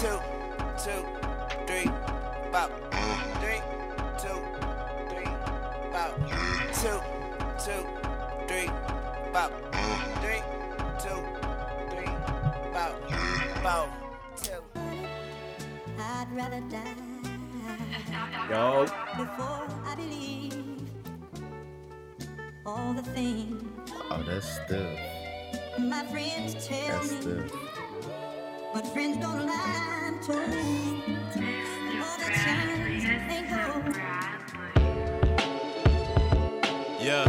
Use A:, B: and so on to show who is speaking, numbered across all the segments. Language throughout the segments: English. A: two, two, three, bop. Three, two, three, bop. Two, two, three, bop. Three, two, three, bop. Bop. Two.
B: I'd rather die
C: Yo,
B: before I believe all the things
D: Oh, that's stiff.
B: my friends tell
D: That's
B: me.
D: stiff.
B: But friends don't lie, I'm told. All the times they go.
E: Yeah.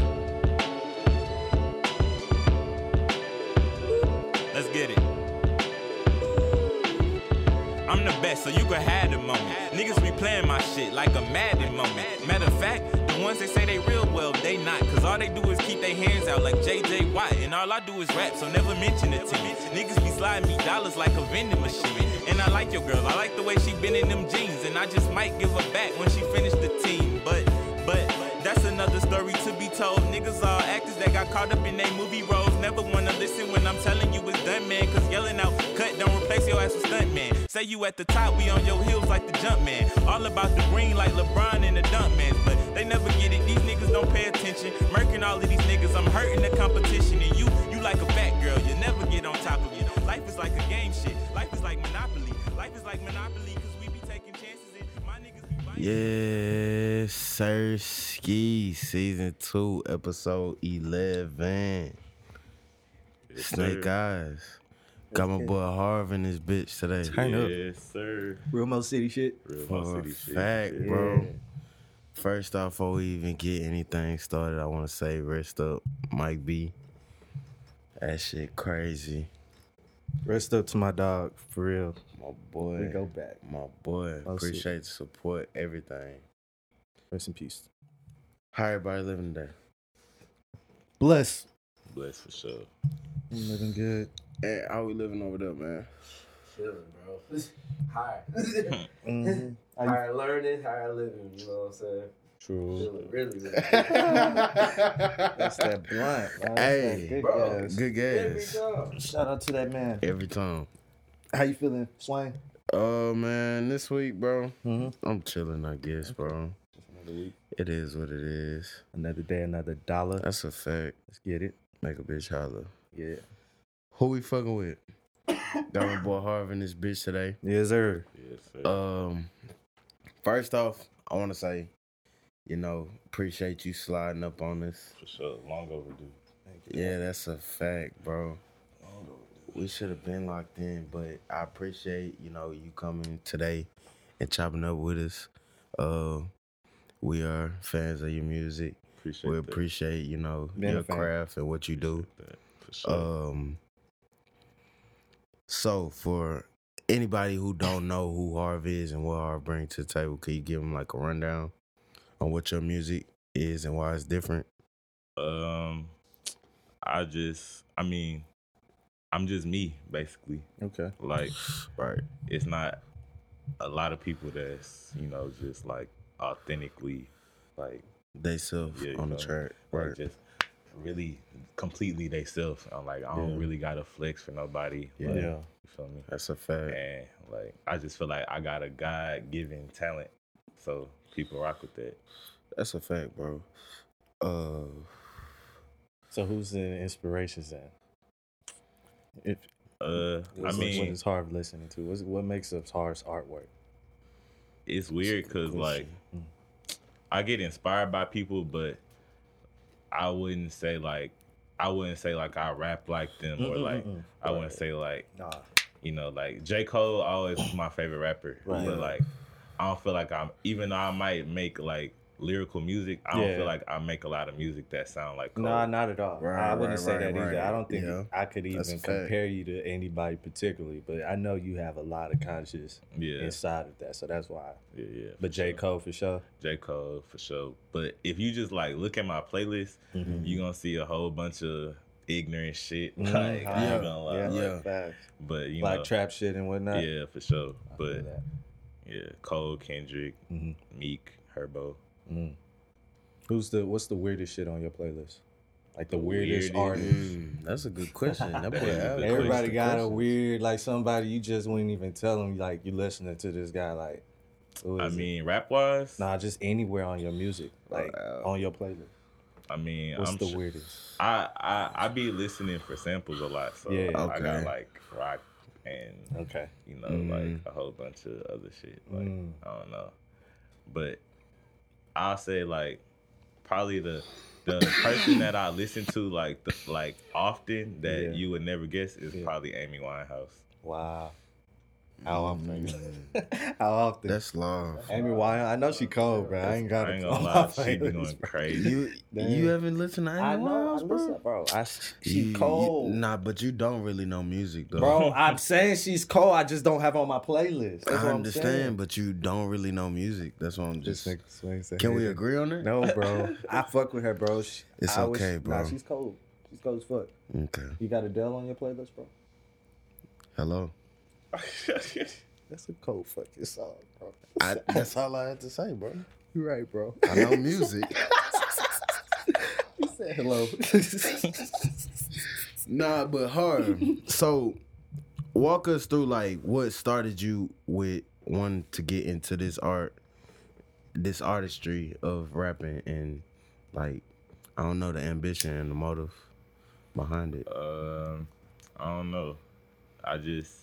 E: Let's get it. I'm the best, so you could have the moment. Niggas be playing my shit like a Madden moment. Matter of fact, the ones that say they real well, they not. Cause all they do is keep their hands out like JJ Watt. And all I do is rap, so never mention it to me. Niggas be sliding me dollars like a vending machine. And I like your girl, I like the way she been in them jeans. And I just might give her back when she finish the team. But, but, that's another story to be told. Niggas are actors that got caught up in they movie roles. Never wanna listen when I'm telling you it's done, man. Cause yelling out, cut, don't replace your ass with stunt, man. Say you at the top, we on your heels like the jump, man. All about the green like LeBron and the dunk, man. But they never get it, these niggas don't pay attention. Murking all of these niggas, I'm hurting the competition. And you, you like a fat girl, you never get on top of it. Life is like a game shit, life is like Monopoly. Life is like Monopoly, cause we be taking chances and my niggas be biting.
D: Yes, sir. Ski season two, episode eleven. Snake Eyes. Got my boy Harv in this bitch today.
F: Turn up.
C: yes, sir.
F: Real Mo City shit.
C: Real
D: For
C: Hot
D: a
C: City shit.
D: fact,
C: Yeah.
D: bro. First off, before we even get anything started, I want to say rest up, Mike B. That shit crazy,
F: Rest up to my dog, for real.
D: my boy.
F: We go back.
D: My boy,
F: Oh, shit.
D: appreciate the support, everything.
F: Rest in peace.
D: How everybody living today?
F: Bless.
C: Bless for sure.
F: I'm living good.
D: Hey, how we living over there, man?
G: Chilling, bro. Higher.
F: Mhm. How you-
G: higher learning, higher living. You know what I'm saying? Chilling, really, really.
F: That's that blunt. man. That's
D: Hey,
F: that good
G: bro.
F: gas.
D: Good
G: Every
D: gas.
G: time.
F: Shout out to that man.
D: Every time.
F: How you feeling, Swain?
D: Oh man, this week, bro,
F: Mm-hmm.
D: I'm chilling. I guess, bro. It is what it is.
F: Another day, another dollar.
D: That's a fact.
F: Let's get it.
D: Make a bitch holler.
F: Yeah.
D: Who we fucking with? Got my boy Harv in this bitch today.
F: Yes, sir.
C: Yes, sir.
D: Um, first off, I want to say, you know, appreciate you sliding up on us.
C: for sure. Long overdue.
D: Yeah, that's a fact, bro. We should have been locked in, but I appreciate you know you coming today and chopping up with us. Uh, we are fans of your music.
C: Appreciate
D: We
C: that.
D: appreciate you know
F: Been a
D: your
F: fan.
D: craft and what you do.
C: that. For sure.
D: Um, so for anybody who don't know who Harv is and what Harv brings to the table, could you give them like a rundown on what your music is and why it's different?
C: Um, I just, I mean, I'm just me basically.
F: Okay.
C: Like,
D: Right.
C: it's not a lot of people that's you know just like authentically, like,
D: They self
C: Yeah, you
D: on the
C: know,
D: track.
C: like
D: Right.
C: just really completely they self. I'm like, I don't
D: Yeah.
C: really gotta flex for nobody.
D: Yeah.
C: Like,
D: Yeah.
C: You feel me?
D: That's a fact.
C: And like, I just feel like I got a God given talent, so people rock with that.
D: That's a fact, bro. Uh,
H: So who's the inspirations then? If
C: Uh, I
H: I mean, what
C: mean,
H: is Harv listening to? What's, what makes up Harv's artwork? Mm.
C: it's weird because like I get inspired by people, but I wouldn't say like I wouldn't say like I rap like them or like I wouldn't say like
H: Nah,
C: you know like J Cole always was my favorite rapper,
H: Right.
C: but like I don't feel like I'm even though I might make like lyrical music, I don't
H: Yeah.
C: feel like I make a lot of music that sound like Cole.
H: nah, not at all.
D: Right,
H: I wouldn't
D: right,
H: say
D: right,
H: that either.
D: right.
H: I don't think
D: Yeah.
H: I could
D: That's a
H: even
D: fact.
H: compare you to anybody particularly, but I know you have a lot of conscious
C: yeah,
H: inside of that, so that's why.
C: yeah, yeah.
H: But J Cole for sure.
C: J Cole for sure. But if you just like look at my playlist,
H: Mm-hmm.
C: you gonna see a whole bunch of ignorant shit.
H: Mhm.
C: Like I ain't
H: Yeah.
C: gonna lie.
H: Yeah,
C: like,
D: yeah.
H: facts.
C: But you
H: Black
C: know,
H: trap shit and whatnot.
C: yeah, for sure.
H: I feel
C: But
H: that.
C: yeah, Cole, Kendrick,
H: Mhm.
C: Meek, Herbo.
H: Mm. who's the what's the weirdest shit on your playlist?
I: Like the weirdest
C: Weirdest.
I: artist.
D: Mm, that's a good question. That boy,
C: That is a
D: asked
C: good
H: Everybody
D: good
H: got a
D: questions.
H: weird, like somebody you just wouldn't even tell them, like you listening to this guy, like. who
C: I
H: is it?
C: mean, rap wise,
H: nah, just anywhere on your music, like
D: Wow.
H: on your playlist.
C: I mean,
H: What's
C: I'm
H: the
C: sh-
H: weirdest?
C: I, I I be listening for samples a lot, so
H: Yeah.
C: I got
D: Okay.
C: like rock and
H: Okay,
C: you know like a whole bunch of other shit. Like
H: Mm.
C: I don't know, but I'll say like probably the the person that I listen to like the, like often that
H: Yeah.
C: you would never guess is
H: Yeah.
C: probably Amy Winehouse.
H: wow. How often? How often?
D: Mm, That's love.
H: Amy Winehouse. I know she cold, bro. I ain't got
C: I ain't
H: it
C: gonna
H: on
C: lie,
H: my
C: she be
H: playlist,
C: going
H: bro.
C: crazy.
D: You
H: Dang.
D: you haven't listened to Amy
H: I know, I
D: Winehouse, bro?
H: listen, bro. I,
D: You-
H: she
D: you-
H: cold,
D: nah, but you don't really know music though.
H: bro. I'm saying she's cold. I just don't have her on my playlist. That's
D: I
H: what I'm
D: understand,
H: saying.
D: but you don't really know music. That's what I'm just.
H: This nigga swings a
D: Can we
H: head.
D: agree on it?
H: No, bro. I fuck with her, bro. She,
D: It's
H: I wish-
D: okay, bro.
H: Nah, she's cold. She's cold as fuck.
D: Okay.
H: You got Adele on your playlist, bro?
D: Hello.
H: That's a cold fucking song, bro.
D: I, that's all I had to say, bro.
H: You're right, bro.
D: I know music.
H: You said hello.
D: nah, but her. So, walk us through like what started you with wanting to get into this art, this artistry of rapping, and like I don't know the ambition and the motive behind it.
C: Um, I don't know. I just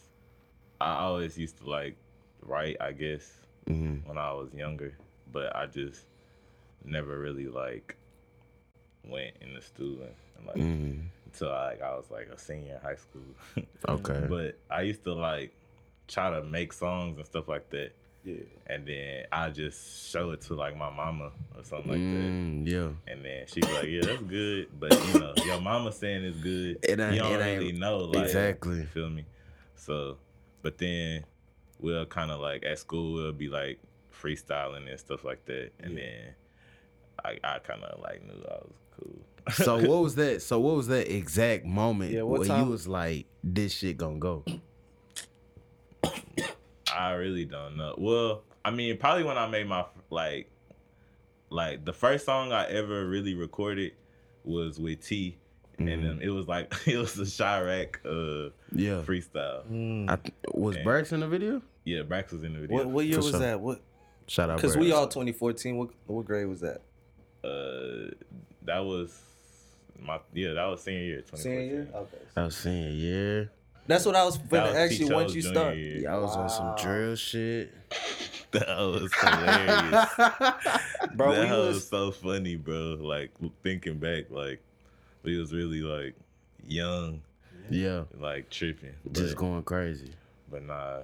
C: I always used to like write, I guess,
D: hmm
C: when I was younger, but I just never really like went in the studio and like
D: hmm
C: until I, like I was like a senior in high school.
D: Okay.
C: but I used to like try to make songs and stuff like that,
H: yeah.
C: and then I just show it to like my mama or something like that.
D: Mm, yeah.
C: And then she's like, "Yeah, that's good," but you know, your mama saying it's good.
D: It ain't-
C: you don't
D: it ain't-
C: really know, like,
D: exactly.
C: You feel me? So, but then we'll kind of like at school we'll be like freestyling and stuff like that, and then I, I kind of like knew I was cool.
D: So what was that? So what was that exact moment
H: Yeah, what
D: where
H: time-
D: you was like, "This shit gonna go"?
C: I really don't know. Well, I mean, probably when I made my like, like the first song I ever really recorded was with T,
D: Mm, Mm-hmm.
C: and um, it was like it was a Chirac uh,
D: Yeah.
C: freestyle.
D: I th- was Brax in the video?
C: Yeah, Brax was in the video.
H: What, what year
D: For
H: was
D: sure.
H: that? What?
D: Shout out.
H: Because
D: Brax.
H: we all 2014. What what grade was that?
C: Uh, that was my yeah. That was senior year. 2014.
H: Senior year. Okay.
D: I was saying, yeah.
H: That's what I was
C: That
H: finna
C: was
H: ask you
C: T-Cho's
H: once you
C: junior
H: start.
C: year.
D: Yeah, I was on some drill shit.
C: That was hilarious.
H: Bro, we
C: that was,
H: was
C: so funny, bro. Like thinking back, like we was really like young,
D: Yeah,
C: like tripping.
D: just
C: but-
D: going crazy.
C: but nah,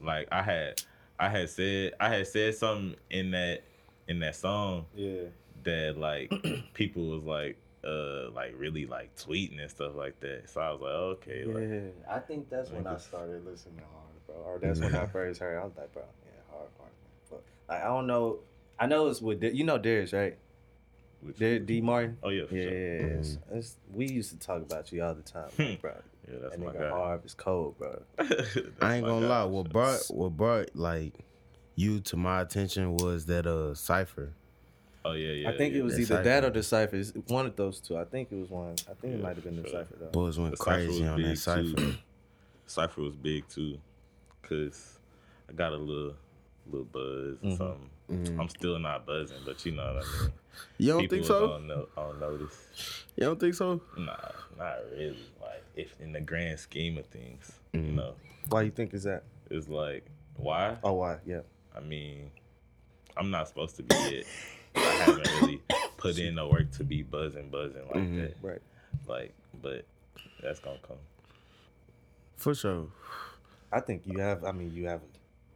C: like I had, I had said, I had said something in that, in that song
F: Yeah.
C: that like people was like, uh, like really like tweeting and stuff like that. So I was like, oh, okay, like
H: Yeah, I think that's when I started listening hard, bro. Or that's when I first heard. I was like, bro, yeah, hard, hard. But like, I don't know. I know it's with Da- you know Darius, right?
C: which-
H: Dar- D Martin.
C: oh yeah, for
H: Yeah,
C: sure. yeah,
H: yeah, yeah. It's- it's- we used to talk about you all the time, like, bro.
C: that's
H: That
C: my
H: nigga
C: guy.
H: Harv is cold, bro.
C: That's
D: I ain't
C: my
D: gonna
C: guy,
D: lie.
C: for
D: What
C: sure.
D: brought what brought like you to my attention was that uh cipher.
C: Oh yeah, yeah.
H: I think
C: yeah.
H: it was
D: The
H: either that
D: Cypher.
H: or the Cypher. It's one of those two. I think it was one. I think it
C: Yeah,
H: might have been the
C: for sure.
H: Cypher, though.
D: Boys went
C: The Cypher
D: crazy
C: was
D: on that
C: big,
D: cipher.
C: too. Cypher was big too, cause I got a little, little buzz or something. I'm still not buzzing, but you know what I mean.
D: Mm-hmm. You don't
C: People
D: think
C: was
D: so?
C: On, no, on notice.
D: You don't think so?
C: Nah, not really. Like, if in the grand scheme of things,
D: Mm-hmm.
C: you know,
H: Why you think is that?
C: it's like, why?
H: Oh, why? Yeah.
C: I mean, I'm not supposed to be it. I haven't really put in the work to be buzzing, buzzing like
D: Mm-hmm.
C: that.
H: Right.
C: Like, but that's gonna come.
D: For sure.
H: I think you have. I mean, you have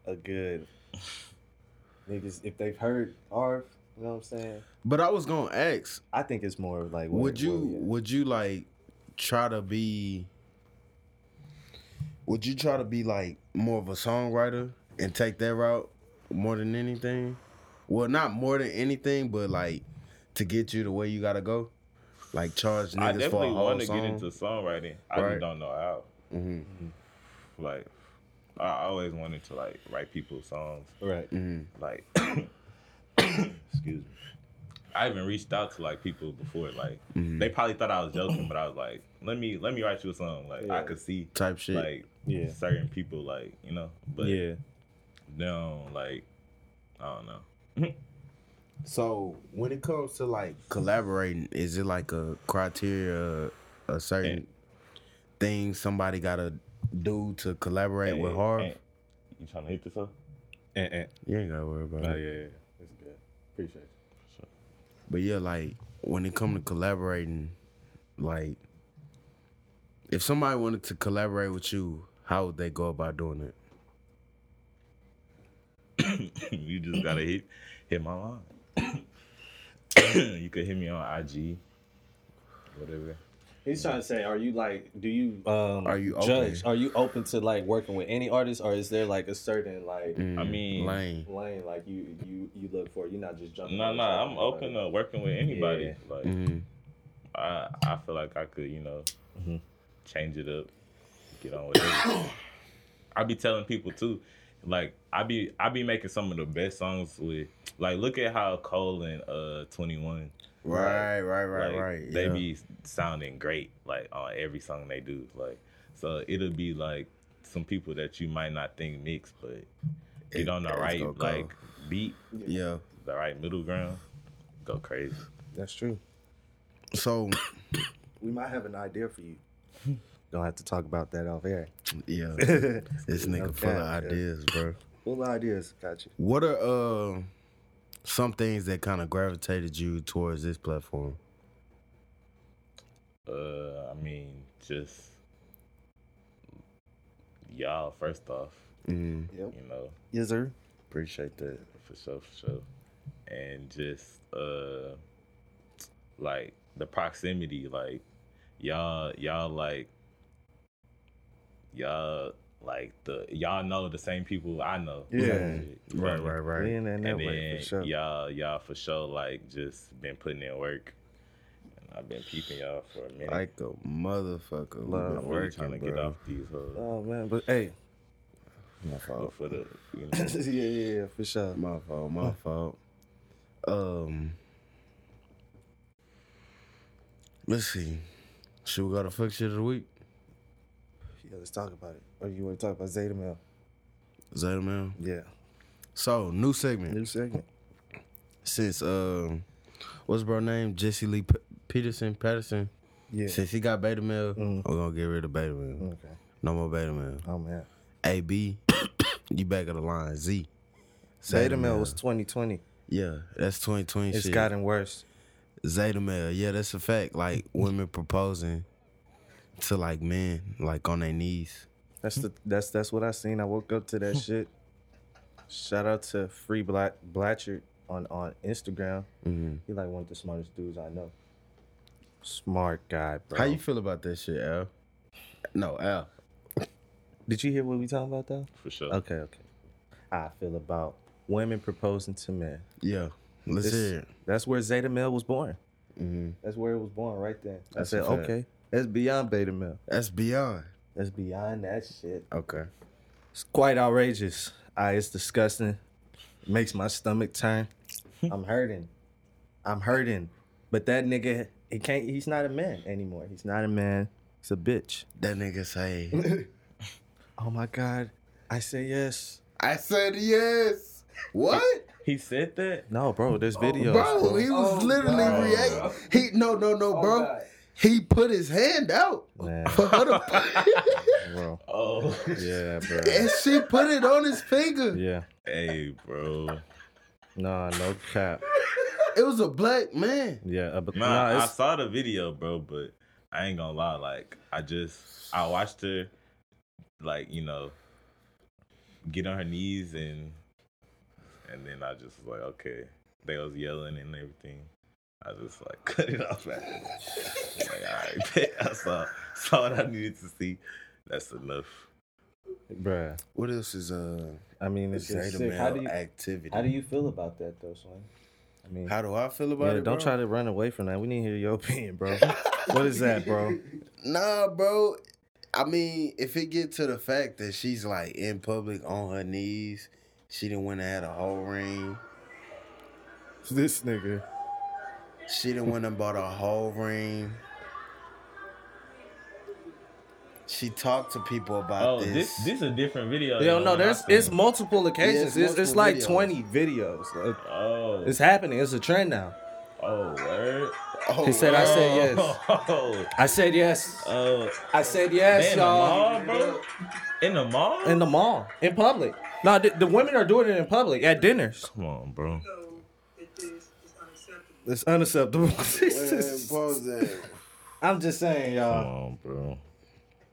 H: a good niggas if they've heard Arf. You know what I'm saying?
D: But I was gonna ask,
H: I think it's more of like what-
D: would you
H: what we at.
D: would you like try to be would you try to be like more of a songwriter and take that route more than anything well not more than anything but like to get you the way you gotta go like charge niggas
C: I
D: for a
C: definitely
D: whole
C: want
D: song
C: to get into songwriting. I
D: Right. Mm-hmm.
C: just don't know how. Like, I always wanted to
D: mm.
C: like write people's songs.
H: right?
C: Like, excuse me. I even reached out to like people before, like
D: Mhm.
C: they probably thought I was joking, but I was like, let me let me write you a song. Like I
G: Yeah.
C: could see
D: type shit.
C: like
H: Yeah.
C: certain people, like you know, but
H: yeah.
C: no, like I don't know.
D: So when it comes to like collaborating, is it like a criteria, a certain thing somebody gotta do to collaborate with
C: Hey,
D: Harv?
C: hey, you trying to hit this up?
H: Eh, eh.
D: You ain't gotta worry about
H: Oh,
D: it.
H: yeah, yeah.
F: It's good. Appreciate you.
D: But yeah, like when it come to collaborating, like if somebody wanted to collaborate with you, how would they go about doing it?
C: you just gotta hit hit my line. you could hit me on IG, whatever.
F: He's trying to say, are you like, do you um
D: Are you
F: judge?
D: open?
F: Are you open to like working with any artist, or is there like a certain like
C: I mean,
D: lane.
F: lane like you you you look for? You're not just jumping.
C: No,
F: on
C: no,
F: the track,
C: I'm open
F: like,
C: to working with anybody.
F: Yeah.
C: Like
D: Mhm.
C: I, I feel like I could, you know,
D: Mm-hmm.
C: change it up, get on with it. I be telling people too, like I be I be making some of the best songs with. Like look at how Cole and uh 21
D: Right, right, right,
C: like,
D: right.
C: They
D: yeah.
C: be sounding great, like on every song they do. Like, so it'll be like some people that you might not think mix, but
D: It-
C: get on the
D: it's
C: right
D: gonna go.
C: like beat,
D: yeah.
C: the right middle ground, go crazy.
F: That's true.
D: So
F: We might have an idea for you. Gonna have to talk about that off air.
D: yeah, this nigga
F: Okay,
D: full of
F: yeah.
D: ideas, bro.
F: Full of ideas. Got you.
D: What are uh, some things that kind of gravitated you towards this platform?
C: Uh, I mean, just y'all first off,
D: Mm,
C: you know,
F: Yes, sir.
D: appreciate that.
C: for sure, for sure, and just uh, like the proximity, like y'all, y'all like y'all like the y'all know the same people I know.
F: Yeah.
C: You know what I
D: Right,
C: mean?
D: right, right.
F: We in that
C: And
F: network
C: then
F: for sure.
C: y'all, y'all for sure, like just been putting in work, and I've been peeping y'all for a minute.
D: Like a motherfucker.
F: Love
D: Love
C: I'm really
D: working,
C: trying to
D: bro.
C: get off these hoes.
F: Oh man, but hey,
D: My
C: Oh,
D: fault.
C: for the you
F: yeah,
C: know.
F: yeah, yeah, for sure.
D: My fault. My fault. Um, let's see. Should we go to fuck shit of the week?
F: Yeah, let's talk about it. Or you want to talk about Zeta Mel?
D: Zeta man.
F: Yeah,
D: So new segment.
F: segment.
D: Since uh, what's bro name? Jesse Lee P- Peterson Patterson.
F: Yeah.
D: Since he got beta male,
F: Mhm.
D: we're gonna get rid of beta male.
F: Okay.
D: No more beta male.
F: Oh man.
D: AB, you back of the line. Z.
F: Zeta Mel was 2020.
D: yeah, that's 2020
F: It's
D: shit.
F: gotten worse.
D: Zeta male, yeah, that's a fact. Like women proposing to like men, like on their knees.
F: That's the that's that's what I seen. I woke up to that shit. Shout out to Free Black Blatchard on on Instagram.
D: Mm-hmm.
F: He like one of the smartest dudes I know. Smart guy, bro.
D: How you feel about that shit, Al? No, Al.
F: Did you hear what we talking about though?
C: for sure.
F: Okay, okay. How I feel about women proposing to men.
D: Yeah, let's
F: This-
D: hear it.
F: That's where Zeta Mel was born.
D: Mm-hmm.
F: That's where it was born, right there.
D: That's
F: I
D: a
F: said,
D: fact.
F: okay, that's beyond Beta Mel.
D: That's beyond.
F: That's beyond that shit.
D: Okay.
F: It's quite outrageous. I, it's disgusting. makes my stomach turn. I'm hurting. I'm hurting. But that nigga, he can't. He's not a man anymore. He's not a man. He's a bitch.
D: That nigga say,
F: Oh my god. I say yes.
D: I said yes. What?
C: He said that.
F: No, bro. There's videos.
D: Bro,
F: bro.
D: he was literally react. He no no no, bro. he put his hand out
F: Man,
D: for her to put,
F: bro.
C: Oh,
F: Yeah, bro.
D: and she put it on his finger.
F: Yeah.
C: hey, bro.
F: Nah, no cap.
D: It was a black man.
F: Yeah, uh, but nah,
C: Nah, I
F: it's,
C: saw the video, bro, but I ain't gonna lie. Like, I just I watched her, like you know, get on her knees and and then I just was like, okay, they was yelling and everything. I just like cut it off. After that. like, all right, bet. I saw saw what I needed to see. That's enough.
F: bruh.
D: What else is uh
F: I mean, it's just sick. How do you
D: activity?
F: how do you feel about that though, Swain? I mean,
D: How do I feel about
F: yeah,
D: it?
F: don't
D: bro?
F: try to run away from that. We need to hear your opinion, bro. what is that, bro?
D: Nah, bro. I mean, if it get to the fact that she's like in public on her knees, she didn't went and had a whole ring.
F: This nigga.
D: She done went and bought a whole ring. She talked to people about
C: Oh,
D: this.
C: this this is a different video.
F: Yo,
C: than
F: no,
C: what I
F: there's
C: seen.
F: it's multiple occasions. it's, it's
D: multiple
F: like
D: videos.
F: 20 videos. Like,
C: oh
F: It's happening. It's a trend now.
C: oh word.
D: oh,
F: He said, "I said yes.
C: Oh,
F: I said yes.
C: oh,
F: I said
C: They
F: yes,
C: in the
F: y'all."
C: mall, bro. In the mall.
F: In the mall, in public. No, the, the women are doing it in public at dinners.
C: Come on, bro.
F: It's unacceptable.
D: Man, pause that.
F: I'm just saying,
C: Come
F: y'all.
C: on, bro.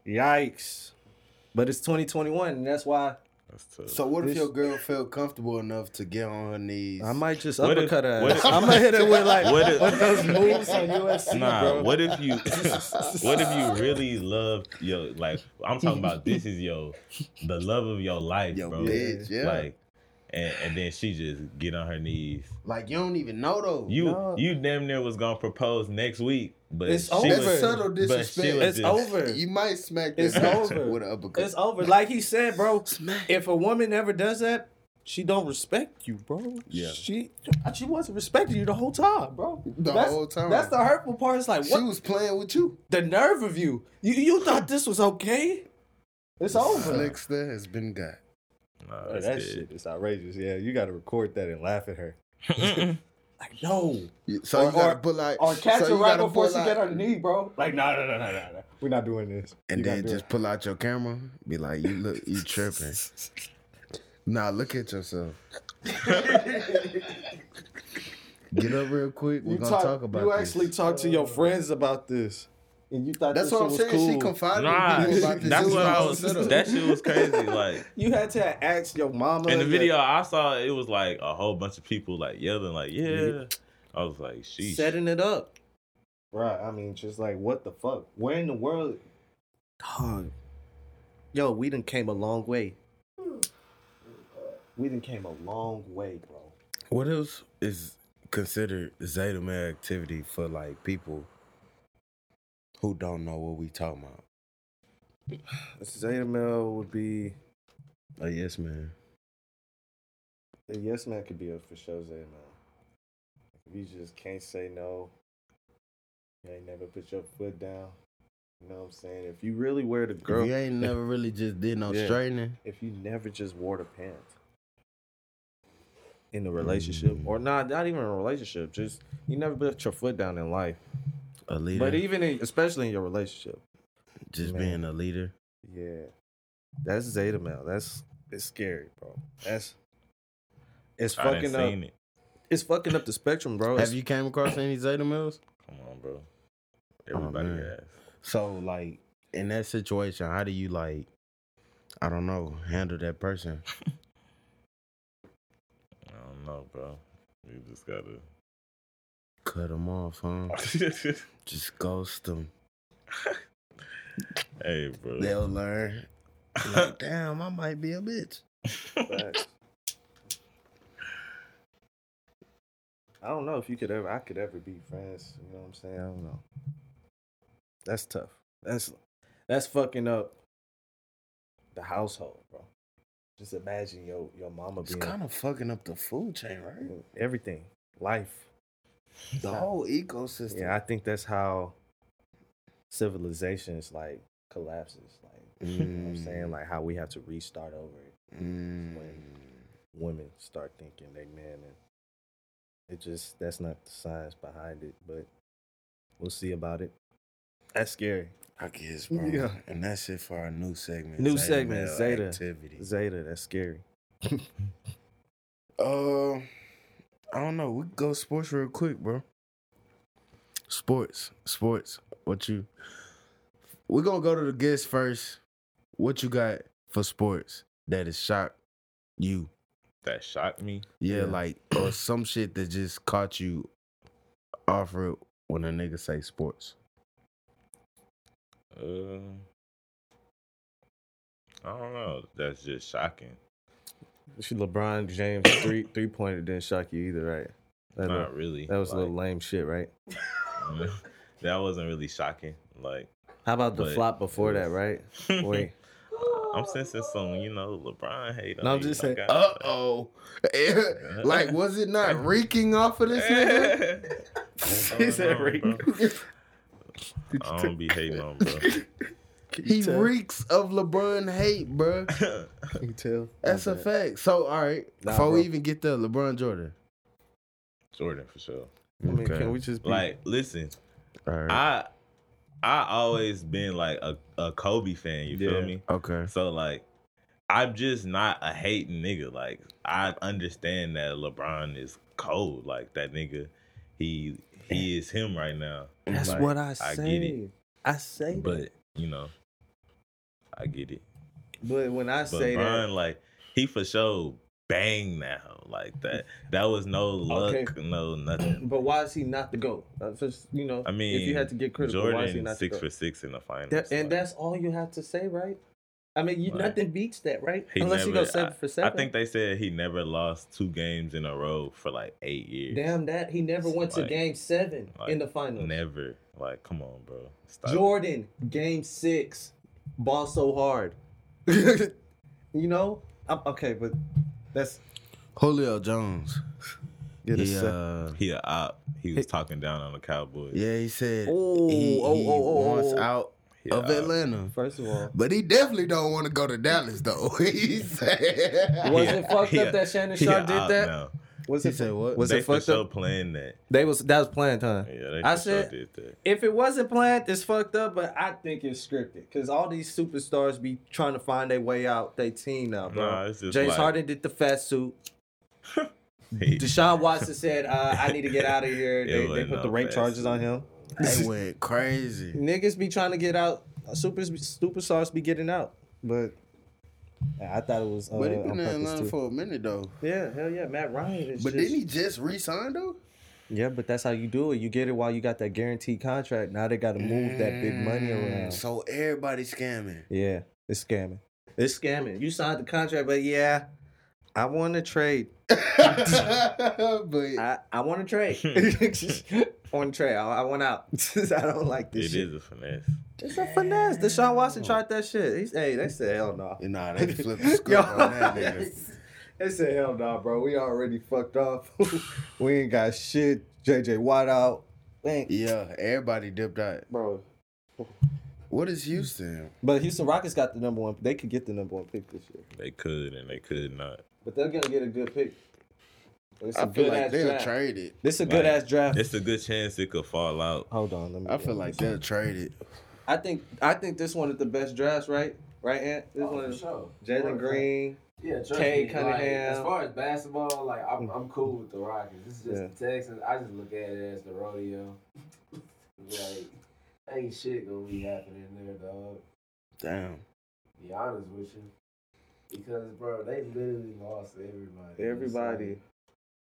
F: Yikes. But it's 2021, and that's why
C: That's tough.
D: So what if
F: This-
D: your girl felt comfortable enough to get on her knees?
F: I might just
C: What if-
F: uppercut her.
C: what
F: ass.
C: if-
F: I'm gonna hit her with like
C: what if-
F: with those moves on UFC,
C: Nah,
F: bro.
C: what if you what if you really love your like I'm talking about this is your the love of your life,
D: Your
C: bro.
D: bitch, yeah.
C: Like and, and then she just get on her knees.
D: like you don't even know though.
C: You
F: No.
C: you damn near was gonna propose next week, but
F: It's
C: she
F: over.
D: That's
C: was
D: subtle
C: but she
D: disrespect.
C: was
F: It's
C: just-
F: over.
D: you might smack
F: It's
D: this bitch
F: over.
D: with an uppercut.
F: It's over. Like he said, bro. If a woman ever does that, she don't respect you, bro.
D: Yeah.
F: She she wasn't respecting you the whole time, bro.
D: The whole time.
F: That's the hurtful part. It's like what
D: She was playing with you.
F: the nerve of you. You you thought this was okay? It's over.
D: Slickster has been got.
C: Nah,
H: Oh,
C: that's
H: that
C: dead.
H: shit is outrageous. Yeah, you got to record that and laugh at her.
F: Like no.
D: So
F: Or-
D: you gotta
F: or-
D: pull out.
F: Or catch
D: so
F: her
D: you
F: right
D: gotta
F: before she
D: pull
F: get
D: out-
F: her knee, bro. Like no no no no no. no.
H: We're not doing this.
D: And
H: You gotta
D: then
H: do
D: just pull out your camera. Be like, you look, you tripping. nah, look at yourself. Get up real quick. We're
F: You
D: gonna
F: talk,
D: talk about
F: you
D: this.
F: actually talked to your friends about this, and you thought
D: That's
F: this
D: what I'm
F: shit
D: saying.
F: was cool.
D: She confided
C: Nah,
D: in people about this.
C: that's
D: It
C: what I
D: all
C: was.
D: set up.
C: That shit was crazy. Like
F: You had to ask your mama.
C: in the
F: your-
C: video I saw, it was like a whole bunch of people like yelling, like yeah. I was like, sheesh.
F: setting it up.
H: Right. I mean, just like what the fuck? Where in the world?
F: Dog. Yo, we done came a long way. We done came a long way, bro.
D: What else is considered Zeta male activity for like people who don't know what we talking about?
F: Zeta male would be
D: Oh yes, man.
H: A yes man could be a for sure Zay man. If you just can't say no, you ain't never put your foot down. You know what I'm saying? If you really wear the girl,
D: Girl, you ain't never really just did no
H: Yeah.
D: straightening.
H: if you never just wore the pants
F: in a relationship or not? Not even a relationship. Just you never put your foot down in life,
D: A leader,
F: but even in, especially in your relationship,
D: just
F: Man.
D: being a leader.
F: yeah, that's Zeta male. That's it's scary, bro. That's it's
C: I didn't
F: fucking up.
C: seen it.
F: It's fucking up the spectrum, bro.
D: Have you came across any Zeta males?
C: Come on, bro. Everybody
D: man.
C: has.
D: So like in that situation, how do you like? I don't know. Handle that person.
C: I don't know, bro. You just gotta.
D: Cut them off, huh? Just ghost them.
C: hey, bro.
D: They'll learn. Like, damn, I might be a bitch.
H: Facts. I don't know if you could ever, I could ever be friends. You know what I'm saying? I don't know.
F: That's tough. That's that's fucking up the household, bro.
H: Just imagine your your mama
D: It's
H: being
D: kind of fucking up the food chain, right?
H: everything, life.
D: The whole ecosystem.
H: Yeah, I think that's how civilizations like collapses. Like you know what I'm saying, like how we have to restart over.
D: Mm.
H: Women start thinking they men, and it just that's not the science behind it. But we'll see about it. That's scary.
D: I guess, bro.
H: Yeah.
D: And that's it for our new segment.
H: New segment,
D: male
H: Zeta.
D: Activity.
H: Zeta, that's scary.
D: Uh, I don't know. We can go sports real quick, bro. Sports, sports. What you? We're gonna go to the guests first. What you got for sports that is shock you?
C: That shocked me.
D: Yeah, like or some shit that just caught you off it when a nigga say sports.
C: Uh, I don't know. That's just shocking.
H: She LeBron James three three pointer didn't shock you either, right? That,
C: Not really.
H: that was a
C: like,
H: little lame shit, right?
C: that wasn't really shocking. Like
H: How about the
C: But-
H: flop before that, right? Wait,
C: I'm sensing some, you know, LeBron hate. on
H: No, I'm
C: you,
H: just
C: like,
H: saying-
C: I-
D: Uh oh. like, was it not reeking off of this nigga?
H: Is
C: I
H: that
C: don't know,
H: Rico?
C: bro. I don't be hating on, bro.
D: He
H: tell?
D: reeks of LeBron hate, bro.
H: You can tell.
D: That's a fact. So, all right,
H: Nah,
D: before
H: bro.
D: we even get there, LeBron Jordan.
C: Jordan for sure.
H: I mean, can we just be
C: Like, listen,
D: all right.
C: I I always been like a, a Kobe fan. You feel
H: Yeah.
C: me?
D: okay.
C: So like, I'm just not a hating nigga. Like I understand that LeBron is cold. Like that nigga, he he is him right now.
F: That's
C: Like,
F: what I say.
C: I get it,
F: I say that.
C: but you know, I get it.
F: But when I
C: But
F: say
C: LeBron,
F: that,
C: like he for sure bang now. Like that. That was no luck,
F: Okay.
C: no nothing.
F: but why is he not the goat? Uh, Just you know,
C: I mean,
F: if you had to get critical, why is he
C: Jordan
F: not
C: six
F: the
C: for
F: goat?
C: six in the finals.
F: That- and
C: like,
F: that's all you have to say, right? I mean, you,
C: Right.
F: nothing beats that, right?
C: he
F: Unless you
C: never-
F: go seven
C: I-
F: for seven.
C: I think they said he never lost two games in a row for like eight years.
F: Damn that he never went to
C: Like-
F: game seven
C: Like,
F: in the finals.
C: Never. Like, come on, bro. Stop.
F: Jordan, game six, ball so hard. you know? I'm, okay, but that's
D: Julio Jones.
H: get a
D: He,
H: sec-
D: uh,
C: He a op. He was talking down on the Cowboys.
D: yeah, he said
F: Oh,
D: he,
F: oh,
D: he
F: oh, oh,
D: wants
F: oh.
D: out
C: He a
D: of
C: op.
D: Atlanta.
F: first of all.
D: But he definitely don't want to go to Dallas though. he said,
F: Was
C: He a-
F: it fucked
C: he
F: up
C: a-
F: that Shannon
C: he a
F: Sharp did
C: op
F: that?
C: now.
F: Was
D: He
F: it
D: said what?
F: Was
C: uh, They
F: it
C: for
F: fucked
C: sure
F: up?
C: playing that.
F: They was that was planned, huh?
C: Yeah, they for
F: I
C: sure
F: said-
C: did that.
F: If it wasn't planned, it's fucked up, but I think it's scripted. Cause all these superstars be trying to find their way out they team now, bro.
C: Nah, it's just
F: James
C: like-
F: Harden did the fat suit.
C: He-
F: Deshaun Watson said, uh, I need to get out of here. They, they
C: wasn't
F: put the
C: no
F: rape
C: fat
F: charges
C: suit.
F: on him.
D: they went crazy.
F: Niggas be trying to get out. Uh, Super superstars be getting out, but I thought it was. Uh,
D: But he
F: on
D: been in
F: purpose,
D: Atlanta
F: too.
D: for a minute though.
F: Yeah, hell yeah, Matt Ryan is.
D: But
F: just,
D: didn't he just resign though?
F: Yeah, but that's how you do it. You get it while you got that guaranteed contract. Now they got to move that big money around.
D: So everybody scamming.
F: yeah, it's scamming. It's scamming. You signed the contract, but yeah, I want to trade.
D: but
F: I, I want to trade. I want to trade. I, I want out. I don't like this
C: It
F: shit.
C: is a finesse.
F: It's a finesse. Deshaun Watson tried that shit. He's, hey, they said hell no.
D: nah, they flipped the script
F: Yo.
D: on that nigga.
F: They said, hell nah, bro. We already fucked up. we ain't got shit. JJ Watt out. Thank
D: Yeah, everybody dipped out.
F: bro.
D: What is Houston?
F: But Houston Rockets got the number one. They could get the number one pick this year.
C: They could and they could not.
F: But they're gonna get a good pick. It's a
D: I feel
F: good
D: like
F: ass
D: they'll
F: draft.
D: trade it.
F: this is a good ass draft.
C: It's a good chance it could fall out.
D: Oh,
F: Hold on, let me.
D: I feel like they'll trade it.
F: I think I think this one is the best drafts, right? Right, Ant? This
G: Oh,
F: one
G: for
F: is
G: sure.
F: Jalen Green.
G: Yeah, trust
F: Kay
G: me, like,
F: Cunningham.
G: as far as basketball, like I'm, I'm cool with the Rockets. This is just
F: Yeah.
G: the Texans. I just look at it as the rodeo. like, ain't shit gonna be happening there, dog.
D: Damn.
G: Be honest with you, because bro, they literally lost everybody.
F: Everybody.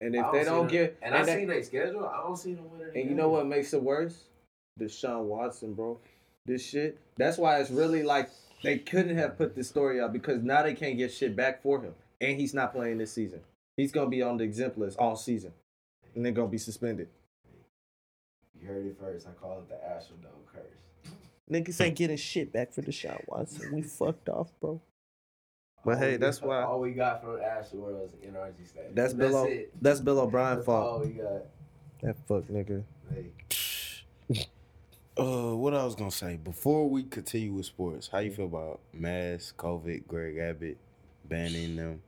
G: So,
F: And
G: I
F: if they
G: see
F: don't
G: them-
F: get
G: and, I
F: they-
G: seen their schedule, I don't see them winning.
F: And you
G: again.
F: know what makes it worse? Deshaun Watson, bro. This shit. That's why it's really like they couldn't have put this story out because now they can't get shit back for him. And he's not playing this season. He's gonna be on the exempt list all season. And they're gonna be suspended.
G: You heard it first. I call it the Astrodome curse.
F: Niggas ain't getting shit back for Deshaun Watson. We fucked off, bro. But
G: All
F: hey,
G: we-
F: that's why-
G: all we got from Astro was NRG status.
F: That's Bill O-
G: it.
F: that's Bill O'Brien
G: That's
F: fault.
G: All we got.
F: That fuck nigga.
G: Like,
D: Uh, what I was gonna say before we continue with sports, how you feel about mass COVID, Greg Abbott banning them,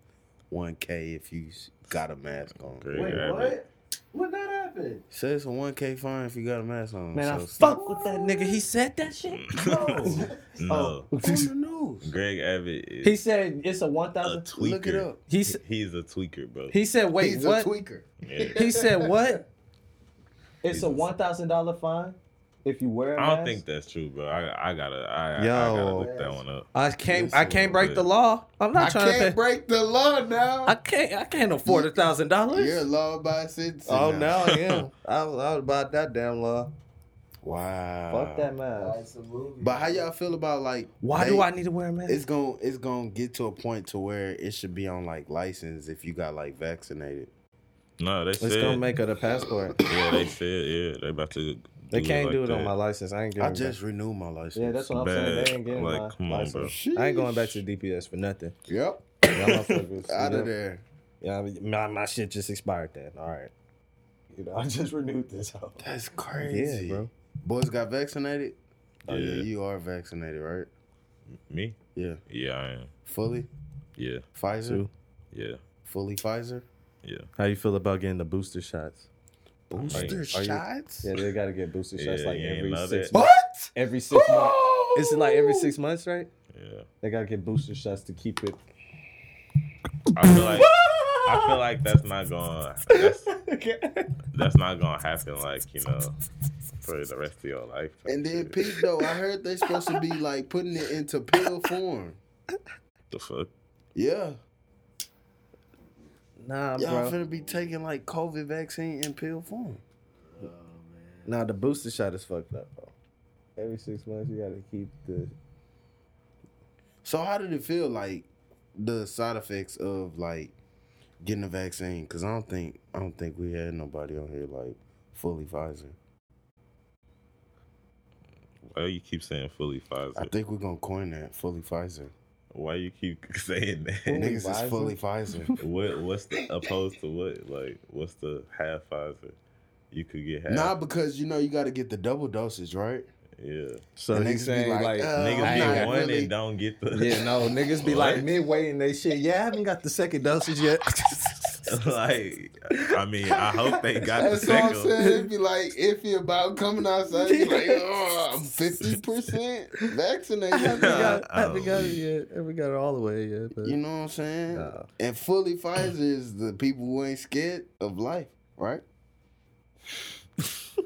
D: one K if you s- got a mask on.
C: Greg
G: wait,
C: Abbott.
G: what? When that happened?
D: Says it's a one K fine if you got a mask on.
F: Man, I
D: so
F: fuck with that nigga. He said that shit.
C: No.
D: it's on the news.
C: Greg Abbott is
F: He said it's a one
C: a
F: thousand.
C: tweaker.
D: Look it up.
F: He
C: He-
F: s-
C: He's a tweaker, bro.
F: he said wait
D: He's
F: what?
D: a tweaker.
C: Yeah.
F: He said what? It's a
C: Jesus.
F: one thousand dollar fine if you wear. A
C: I don't
F: mask?
C: think that's true, bro. I, I gotta I, I- I gotta
F: Yo.
C: look that one up.
F: I can't. I can't break the
C: but-
F: law. I'm not
D: I
F: trying
D: can't
F: to. Pay.
D: break the law now.
F: I can't. I can't afford a thousand
D: You're a
F: dollars.
D: law abiding citizen.
F: Oh no, I am. I was, I was about that damn law.
D: Wow.
C: Uh,
F: Fuck that
G: Like
F: mask.
G: some movie.
D: But how y'all feel about like?
F: Why
D: they-
F: do I need to wear a mask?
D: It's gonna it's gonna get to a point to where it should be on like license if you got like vaccinated.
C: No, they
F: It's
C: said
F: gonna make it a passport.
C: Yeah, they said yeah, they about to do
F: They can't
C: like
F: do it
C: that.
F: on my license. I ain't getting.
D: I just renewed my license.
F: Yeah, that's what I'm saying. They ain't
C: bad.
F: getting
C: Like,
F: my
C: come on, bro.
F: license. I ain't going back to DPS for nothing.
D: Yep.
F: Y'all motherfuckers,
D: Out
F: you know?
D: of there.
F: Yeah, I mean, my, my shit just expired then. All right.
H: You know, I just renewed this. hoe.
D: That's crazy, bro. Boys got vaccinated. Oh yeah, you are vaccinated, right?
C: Me?
D: Yeah,
C: Yeah, I am.
D: fully
C: Yeah,
D: Pfizer,
F: Two.
C: yeah,
D: fully Pfizer.
C: yeah.
F: How you feel about getting the booster shots?
D: Booster
H: Are you-
D: shots.
H: Yeah, they gotta get booster shots
C: Yeah,
H: like
C: you ain't
H: every
C: love
H: six
C: it.
H: months.
D: What?
H: Every six months.
F: It's like every six months, right?
C: Yeah.
H: They gotta get booster shots to keep it.
C: I feel like I feel like that's not gonna that's, that's not gonna happen like, you know, for the rest of your life. type
D: And then
C: shit.
D: pig though, I heard they supposed to be like putting it into pill form.
C: the fuck?
D: Yeah,
F: Nah,
D: y'all
F: bro.
D: finna be taking like COVID vaccine in pill form.
F: nah, the booster shot is fucked up, bro.
H: Every six months, you gotta keep the.
D: So how did it feel like the side effects of like getting a vaccine? Cause I don't think I don't think we had nobody on here like fully Pfizer.
C: Why you keep saying fully
D: I
C: Pfizer?
D: think we're gonna coin that fully Pfizer.
C: Why you keep saying that?
D: Niggas
H: Pfizer?
D: is fully Pfizer.
C: what what's the opposed to what? Like what's the half Pfizer? You could get half.
D: nah, because you know you gotta get the double dosage, right?
C: yeah.
H: So
D: And
H: he's
D: niggas be
H: saying
D: like,
H: like,
D: uh,
C: Niggas
D: I'm
C: get
D: not
C: one
D: really-
C: and don't get the
H: yeah, no, niggas be like
C: What?
H: midway in they shit. Yeah, I haven't got the second dosage yet.
C: like I mean, I hope they got the
D: That's what I'm
C: second.
D: saying. It'd be like iffy about coming outside. It'd be like, oh, I'm 50% vaccinated.
F: oh.
C: I haven't got it
F: yet. haven't got it all the way yet. But
D: you know what I'm saying?
F: Nah.
D: And fully Pfizer is the people who ain't scared of life, right?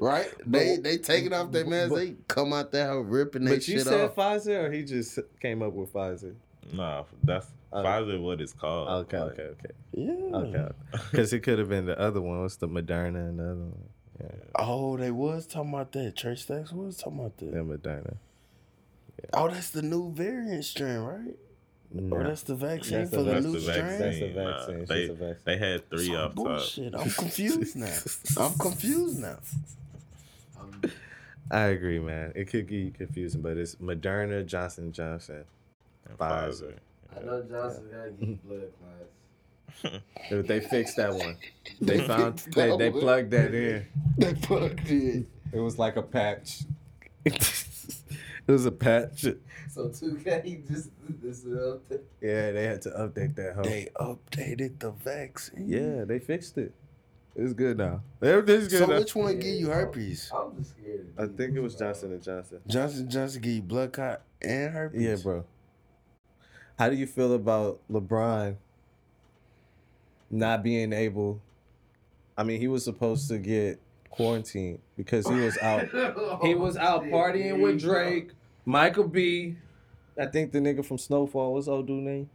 D: right? They they take it off their masks. they come out there ripping their
F: but you
D: shit
F: said
D: off.
F: Pfizer, or he just came up with Pfizer?
C: Nah, that's
F: Oh.
C: Pfizer what it's called.
F: Okay,
C: Like,
F: okay, okay,
D: yeah.
F: okay. Because it could have been the other one. What's the Moderna and the other one?
D: Oh, they was talking about that. Church Stacks was talking about that.
F: The Moderna.
D: Oh, that's the new variant strain, right?
F: No.
D: Or that's the vaccine
H: That's the
D: for the,
C: That's
D: new
C: the
D: strain?
C: vaccine.
H: That's a
C: Nah,
H: vaccine. It's
C: they,
H: just a vaccine.
C: they had three
D: Some
C: off top.
D: bullshit. I'm confused now. I'm confused now.
F: I agree, man. It could get confusing, but it's Moderna, Johnson Johnson.
C: and
F: Pfizer.
G: I know Johnson gotta get blood clots.
F: If They fixed that one. They found they, they plugged that in.
D: They plugged it.
H: it was like a patch.
F: it was a patch.
G: So 2K just did this up.
F: Yeah, they had to update that. Whole.
D: They updated the vaccine.
F: Yeah, they fixed it. It's good now. Everything's good
D: So
F: now.
D: which one give you herpes?
G: I'm just scared.
F: I
G: of
F: think it
G: people,
F: was
G: bro.
F: Johnson and Johnson.
D: Johnson Johnson give you blood clot and herpes.
F: Yeah, bro. How do you feel about LeBron not being able? I mean, he was supposed to get quarantined because he was out. he was out partying with Drake, Michael B. I think the nigga from Snowfall. What's old dude name?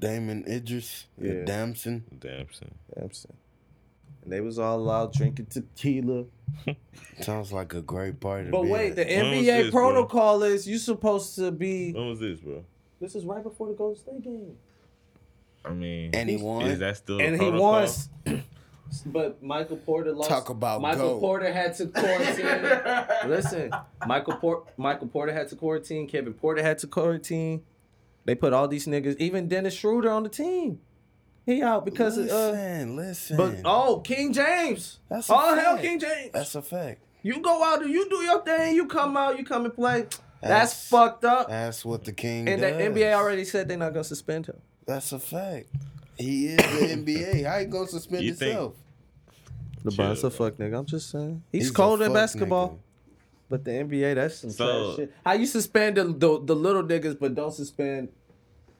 D: Damon Idris,
F: Yeah.
D: Damson.
C: Damson.
F: Epson. And they was all out drinking tequila.
D: Sounds like a great party. to
F: But
D: be
F: wait,
D: at.
F: the
C: When was
F: NBA
C: this, bro?
F: protocol is you supposed to be.
C: When was this, bro?
F: This is right before the Golden State game.
C: I mean,
D: And he won?
C: Is that still? a
F: and he
C: protocol?
F: wants. But Michael Porter lost.
D: Talk about
F: Michael
D: go.
F: Porter had to quarantine. Listen, Michael Por- Michael Porter had to quarantine. Kevin Porter had to quarantine. They put all these niggas, even Dennis Schroeder, on the team. He out because of. Uh,
D: listen, listen.
F: but oh, King James!
D: That's a
F: all hell,
D: fact.
F: King James!
D: that's a fact.
F: you go out and you do your thing. You come out, you come and play. That's,
D: That's-
F: fucked up.
D: That's what the king
F: and the
D: does.
F: NBA already said they're not gonna suspend him.
D: That's a fact. He is the NBA. How you gonna suspend
C: You think-
D: himself?
F: LeBron's
C: Chill,
F: a fuck nigga. I'm just saying he's,
D: a
F: cold at
D: fuck
F: basketball.
D: nigga.
F: But the NBA, that's some
C: So-
F: trash shit. How you suspend the, the the little niggas, but don't suspend?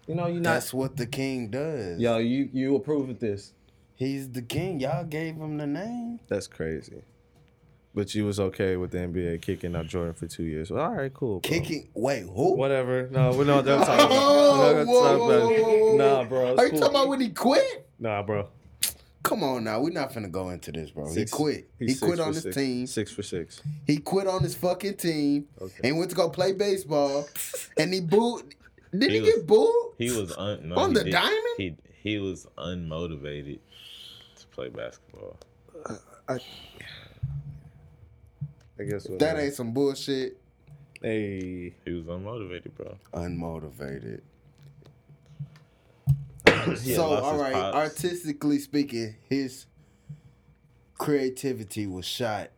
F: You know, you not.
D: That's what the king does.
F: Yo, you you approve of this?
D: He's the king. Y'all gave him the name.
F: That's crazy. But you was okay with the NBA kicking out Jordan for two years. Well, all right, cool. bro.
D: Kicking. Wait, who?
F: Whatever. No, we're not done talking about. We're not gonna
D: whoa,
F: talk
D: whoa,
F: about
D: whoa, whoa, whoa.
F: it. Nah, bro. it's
D: Are you
F: cool.
D: talking about when he quit?
F: Nah, bro.
D: Come on now, we're not finna go into this, bro.
F: Six-
D: he quit. He
F: he's
D: quit
F: six
D: on
F: for
D: his
F: six.
D: team.
F: Six for six.
D: He quit on his fucking team and went to go play baseball. and he booed. Did
C: He
D: he,
C: was-
D: get booed?
C: He was un- no,
D: On
C: he
D: the
C: did-
D: diamond?
C: He he was unmotivated to play basketball.
F: I guess what
D: That ain't some bullshit.
F: Hey,
C: He was unmotivated, bro.
D: Unmotivated.
C: He had
D: so
C: lost
D: all
C: his
D: right,
C: pops.
D: artistically speaking, his creativity was shot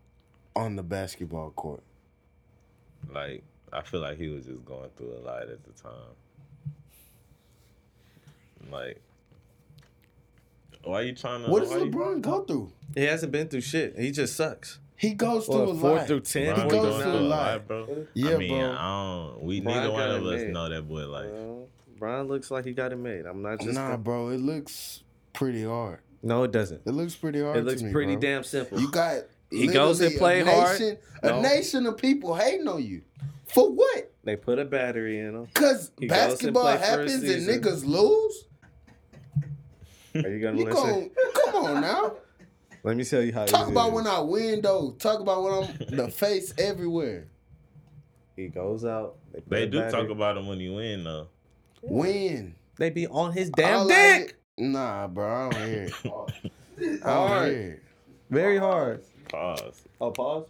D: on the basketball court.
C: Like I feel like he was just going through a lot at the time. Like, why you trying to?
D: What does
C: Uh, why you-
D: LeBron go through?
F: He hasn't been through shit. He just sucks.
D: He goes through
F: Well,
D: a
F: four
D: lot.
F: through ten.
C: Bron
D: He
F: four
D: goes
F: through
D: through a
F: nine.
D: lot.
C: bro.
D: Yeah,
C: I mean,
D: bro.
C: I don't. We
F: Bron
C: neither one
F: got
C: of
F: it
C: us
F: made.
C: know that boy life.
F: Well, Brian looks like he got it made. I'm not just.
D: nah, bro, it looks pretty hard.
F: No, it doesn't.
D: It looks pretty hard.
F: It looks
D: to me,
F: pretty
D: bro.
F: damn simple.
D: You got
F: He goes and
D: literally
F: play
D: a
F: hard?
D: nation,
F: No.
D: A nation of people hating on you for what?
F: they put a battery in him.
D: Cause
F: He goes and
D: basketball
F: play for a
D: happens and
F: season.
D: niggas lose.
F: Are you gonna
D: You
F: listen?
D: gon' come on now.
F: Let me tell you how.
D: Talk
F: easy it
D: about
F: is.
D: when I win though. Talk about when I'm the face everywhere.
F: he goes out. put
C: They
F: a
C: do
F: battery-
C: talk about him when he win though.
D: Win.
F: They be on his damn
D: All I
F: dick.
D: hear- Nah, bro, I don't hear it. I don't
F: Hard.
D: hear it.
F: Very hard.
C: Pause.
F: Oh, pause.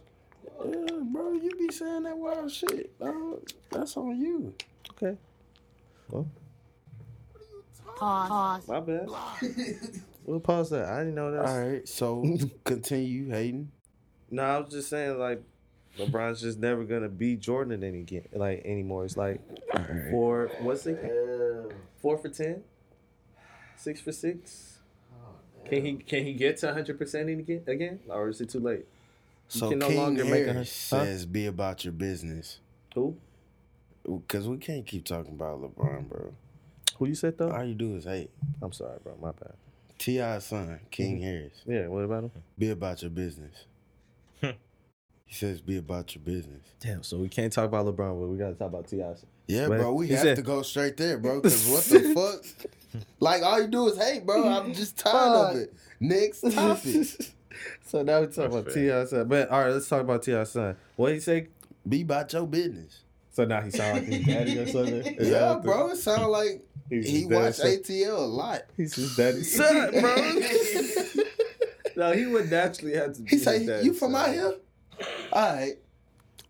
D: Yeah, bro, you be saying that wild shit. dog. That's on you.
F: Okay.
B: Pause.
F: My bad. we'll pause that. I didn't know that.
D: All right, so continue hating.
F: No, I was just saying like LeBron's just never gonna be Jordan any again, like anymore. It's like four. What's it? Four for ten. Six for six.
D: Oh,
F: Can he can he get to hundred percent again again, or is it too late?
D: So
F: can no
D: King
F: longer make a-
D: Harris
F: huh?
D: says, "Be about your business,"
F: Who
D: because we can't keep talking about LeBron, bro.
F: who you said though?
D: All you do is hate.
F: I'm sorry, bro. My bad.
D: Ti son, King
F: Mm.
D: Harris,
F: Yeah. What about him?
D: be about your business. he says, "Be about your business."
F: Damn. So we can't talk about LeBron, but we gotta talk about Ti.
D: Yeah,
F: But
D: bro, we
F: he
D: have
F: said-
D: to go straight there, bro. Because what the fuck? Like all you do is hate, bro. I'm just tired of it. Next topic.
F: so now we talk about Ti. Son. But all right, let's talk about Ti. Son. What he say?
D: Be about your business.
F: So now he sound like his daddy or something. Is that
D: yeah,
F: what the-
D: bro. It sound like
F: He's
D: he
F: his daddy,
D: watched
F: son.
D: ATL a lot.
F: He's his daddy's son, bro. no, he would naturally have to.
D: He say, "You from out here?" All right.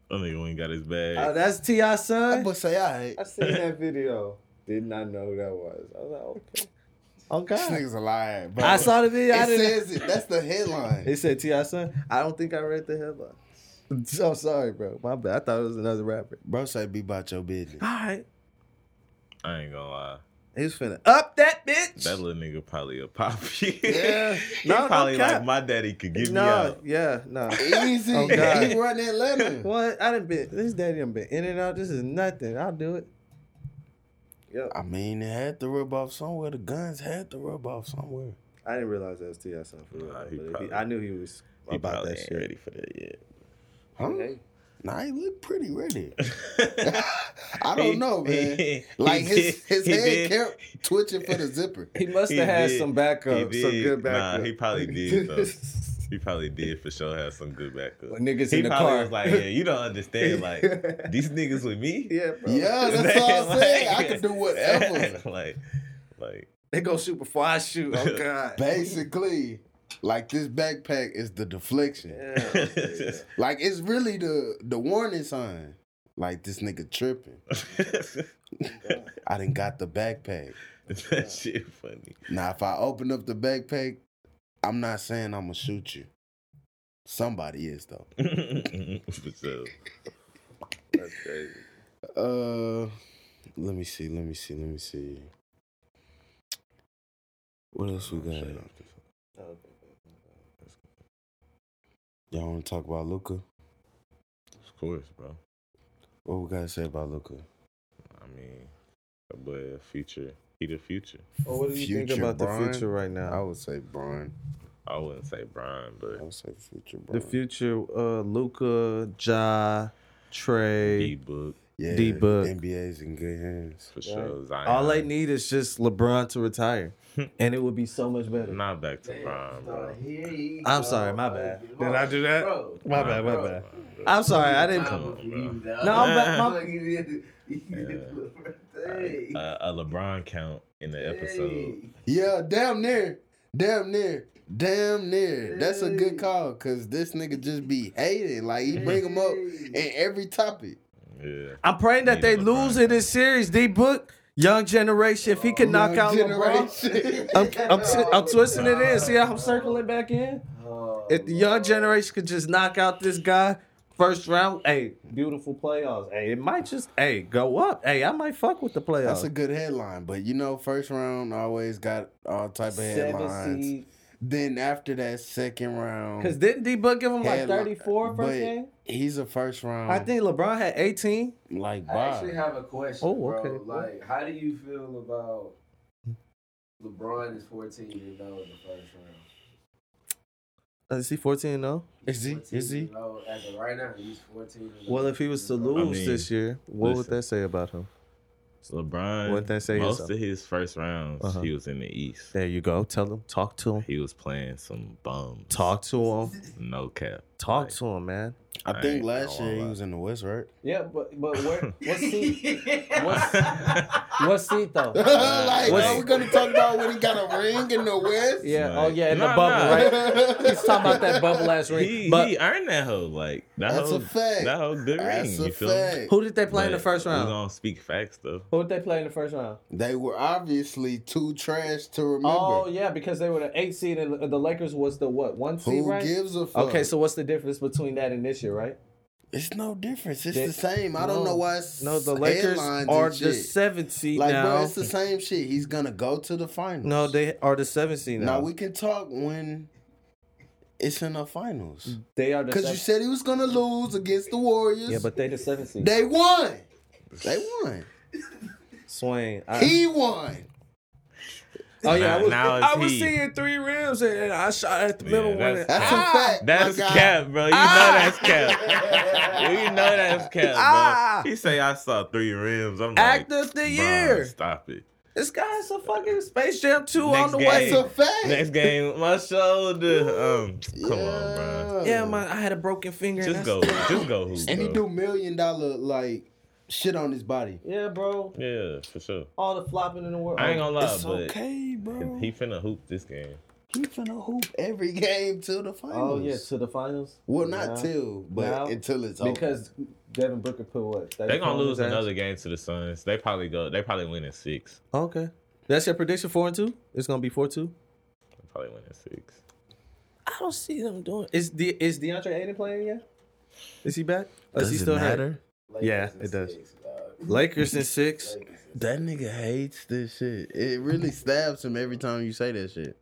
C: That nigga ain't got his bag.
F: Oh, that's Ti
D: I
F: son.
D: but say, all right.
F: I seen that video. Did not know who that was. I was like, okay,
D: This
F: okay.
D: nigga's a liar, bro.
F: I saw the
D: It
F: video. I didn't.
D: says it. That's the headline.
F: It said Ti son. I don't think I read the headline. I'm sorry, bro. My bad. I thought it was another rapper.
D: Bro, say be about your business.
F: All right,
C: I ain't gonna lie.
F: he was finna up that bitch.
C: That little nigga probably a poppy.
F: Yeah.
C: he
F: No, no
C: probably
F: cap.
C: like my daddy could give me
F: no,
C: out.
F: yeah, no.
D: Easy.
F: Oh, God.
D: He run Atlanta.
F: What? I done been this daddy done been in and out. This is nothing. I'll do it. Yep.
D: I mean, it had to rub off somewhere. The guns had to rub off somewhere.
F: I didn't realize that was T.I. son for real.
C: Nah,
F: though,
C: he
F: but if
C: probably-
F: I knew he was
C: He
F: about
C: probably
F: that
C: ain't
F: shit.
C: ready for that yet.
D: Huh?
F: Hey.
D: Nah, he look pretty ready. I don't know, man.
C: He
D: Like his,
C: did-
D: his
C: he
D: head
C: did-
D: kept twitching for the zipper.
F: He must
C: He
F: have had
C: did.
F: some backup,
C: he
F: some
C: did.
F: good backup.
C: Nah, he probably did though. he probably did for sure have some good backup.
F: When niggas
C: he
F: in the
C: probably
F: car.
C: was like, yeah, you don't understand. Like these niggas with me.
F: yeah, bro.
D: Yeah, that's all I'm saying. I can do whatever.
C: like, like
F: They go shoot before I shoot. Oh god.
D: Basically, like this backpack is the deflection.
F: Oh, Yeah.
D: Like it's really the the warning sign. Like this nigga tripping. I didn't got the backpack.
C: that shit funny.
D: Now if I open up the backpack, I'm not saying I'm gonna shoot you. Somebody is though.
C: for sure.
F: That's crazy.
D: Uh, let me see. Let me see. Let me see. What else we got? Y'all want to talk about Luca?
C: Of course, bro.
D: What we gotta say about Luca?
C: I mean, but future, he the future.
F: Well, Oh, what do you think
D: Future
F: about the
D: Brian?
F: future right
D: I
F: now?
D: would say Brian.
C: I wouldn't say Brian,
D: I
C: but
F: Oh,
D: would say future
F: The
D: Brian.
F: future, uh Luca, Ja, Trey.
C: D book
D: yeah,
F: D-Book.
D: NBA's in good hands.
C: for sure. Zion.
F: All they need is just LeBron to retire. and it would be so much better.
C: Not back to Brian, bro.
F: I'm sorry, my bad.
G: Did
F: I do that?
G: Bro.
F: My bad, my bad. I'm sorry, I didn't
C: Come on, bro.
F: No, I'm back- my-
G: Hey.
C: A, uh, a LeBron count in the episode.
D: Yeah, damn near, damn near, damn near. That's a good call, cause this nigga just be hated. Like he bring him up in every topic.
C: Yeah.
F: I'm praying that they
C: Neither LeBron
F: lose in this series. D book, young generation. If he can knock out LeBron,
D: Generation.
F: I'm, I'm, t- I'm twisting it in. See how I'm circling back in?
G: Oh,
F: if the young generation could just knock out this guy first round, hey, beautiful playoffs. Hey, it might just hey go up. Hey, I might fuck with the playoffs.
D: That's a good headline, but you know, first round always got all type of
H: Seven
D: headlines.
H: seed.
D: Then after that second round,
F: Cause didn't D Book give him like
D: headli-
F: 34 first
D: but
F: game?
D: He's a first round.
F: I think LeBron had 18.
D: like
G: I actually
D: Bob.
G: have a question,
F: Oh,
G: bro.
F: okay, cool.
G: Like, how do you feel about LeBron is 14 and 0 in the first round?
F: Uh, Is he 14
H: oh?
F: though?
D: Is he?
G: 14
D: Is he?
G: and 0 As of right now, he's 14. and 0.
F: Well, if he was to
G: I
F: lose
C: mean,
F: this year, what would
C: listen.
F: that say about him?
C: LeBron.
F: What they say
C: most
F: is-
C: of his first rounds,
F: Uh-huh.
C: he was in the East.
F: There you go. Tell him. Talk to him.
C: He was playing some bums.
F: Talk to him.
C: No cap.
F: Talk to him, man.
D: I
C: I
D: think
C: ain't
D: last
C: gonna
D: year he
C: lie.
D: was in the West, right?
H: Yeah, but but where what's he
G: What's
H: what's he though?
D: like,
H: What's-
D: are we gonna talk about when he got a ring in the West?
H: Yeah,
C: Right.
H: oh yeah, in the
C: Nah,
H: bubble,
C: nah.
H: right? He's talking about that bubble ass ring.
C: He,
H: but
C: he earned that hoe. Like that
D: That's
C: hoe,
D: a fact.
C: That hoe good ring.
D: That's
C: You
D: a
C: feel me?
D: fact.
F: Who did they play in the
C: But
F: first
C: We
F: round?
C: gonna speak facts though.
H: who did they play in the first round?
D: They were obviously too trash to remember.
H: Oh yeah, because they were the eight seed and the Lakers was the what one seed,
D: Who
H: right?
D: gives a fuck?
H: Okay, so what's the difference between that and this year, right?
D: it's no difference. It's
H: They-
D: the same. I don't
H: No.
D: know why. It's
F: No, the Lakers
D: headlines
F: are
D: and
F: the
D: shit.
F: seventh seed
D: Like,
F: now.
D: bro, it's the same shit. He's gonna go to the finals.
F: no, they are the seventh seed now.
D: Now we can talk when it's in the finals.
H: They are the
D: Because you
H: seventh.
D: said he was gonna lose against the Warriors.
H: Yeah, but they the seventh seed.
D: they won. They won.
F: Swain. I,
D: He won.
F: oh yeah, I
C: Nah,
F: was,
C: now it's
F: I was
C: he.
F: seeing three rims and, and I shot at the
C: Yeah,
F: middle one. and-
C: that's
D: That's a
H: Ah!
D: fact. my Ah.
C: That's
D: guy.
C: cap, bro. You know that's cap. you know that's cap, bro.
F: Ah.
C: He say I saw three rims. I'm like,
F: Act of the
C: "Bruh,
F: year.
C: Stop it.
F: This guy's a fucking Space Jam 2
C: Next
F: on the
C: game.
F: way.
D: That's a fact.
C: Next game, my shoulder. Um, come on, bro.
F: Yeah, man, I had a broken finger.
C: Just
F: and
C: go, just go. Hoop,
D: And he
C: bro.
D: do million dollar like shit on his body.
H: Yeah, bro,
C: Yeah, for sure.
H: all the flopping in the world.
C: I ain't gonna lie,
D: It's
C: but
D: okay, bro.
C: he finna hoop this game.
D: He finna hoop every game till the
H: Oh
D: finals.
H: yeah, to the finals.
D: Well, not
H: Nah.
D: till, but
H: Now?
D: until it's over.
H: because Devin Booker put what?
C: They gonna lose another game to the Suns. They probably go. They probably win in six.
F: Okay. That's your prediction, 4 and 2? It's going to be 4 2?
C: They probably win in six.
F: I don't see them doing Is De- is DeAndre Ayton playing yet? Is he back? Or is he hurt?
G: Lakers
F: Yeah,
G: in
F: it does.
G: six, dog.
F: Lakers in six.
G: Lakers in
D: That nigga hates this shit. It really stabs him every time you say that shit.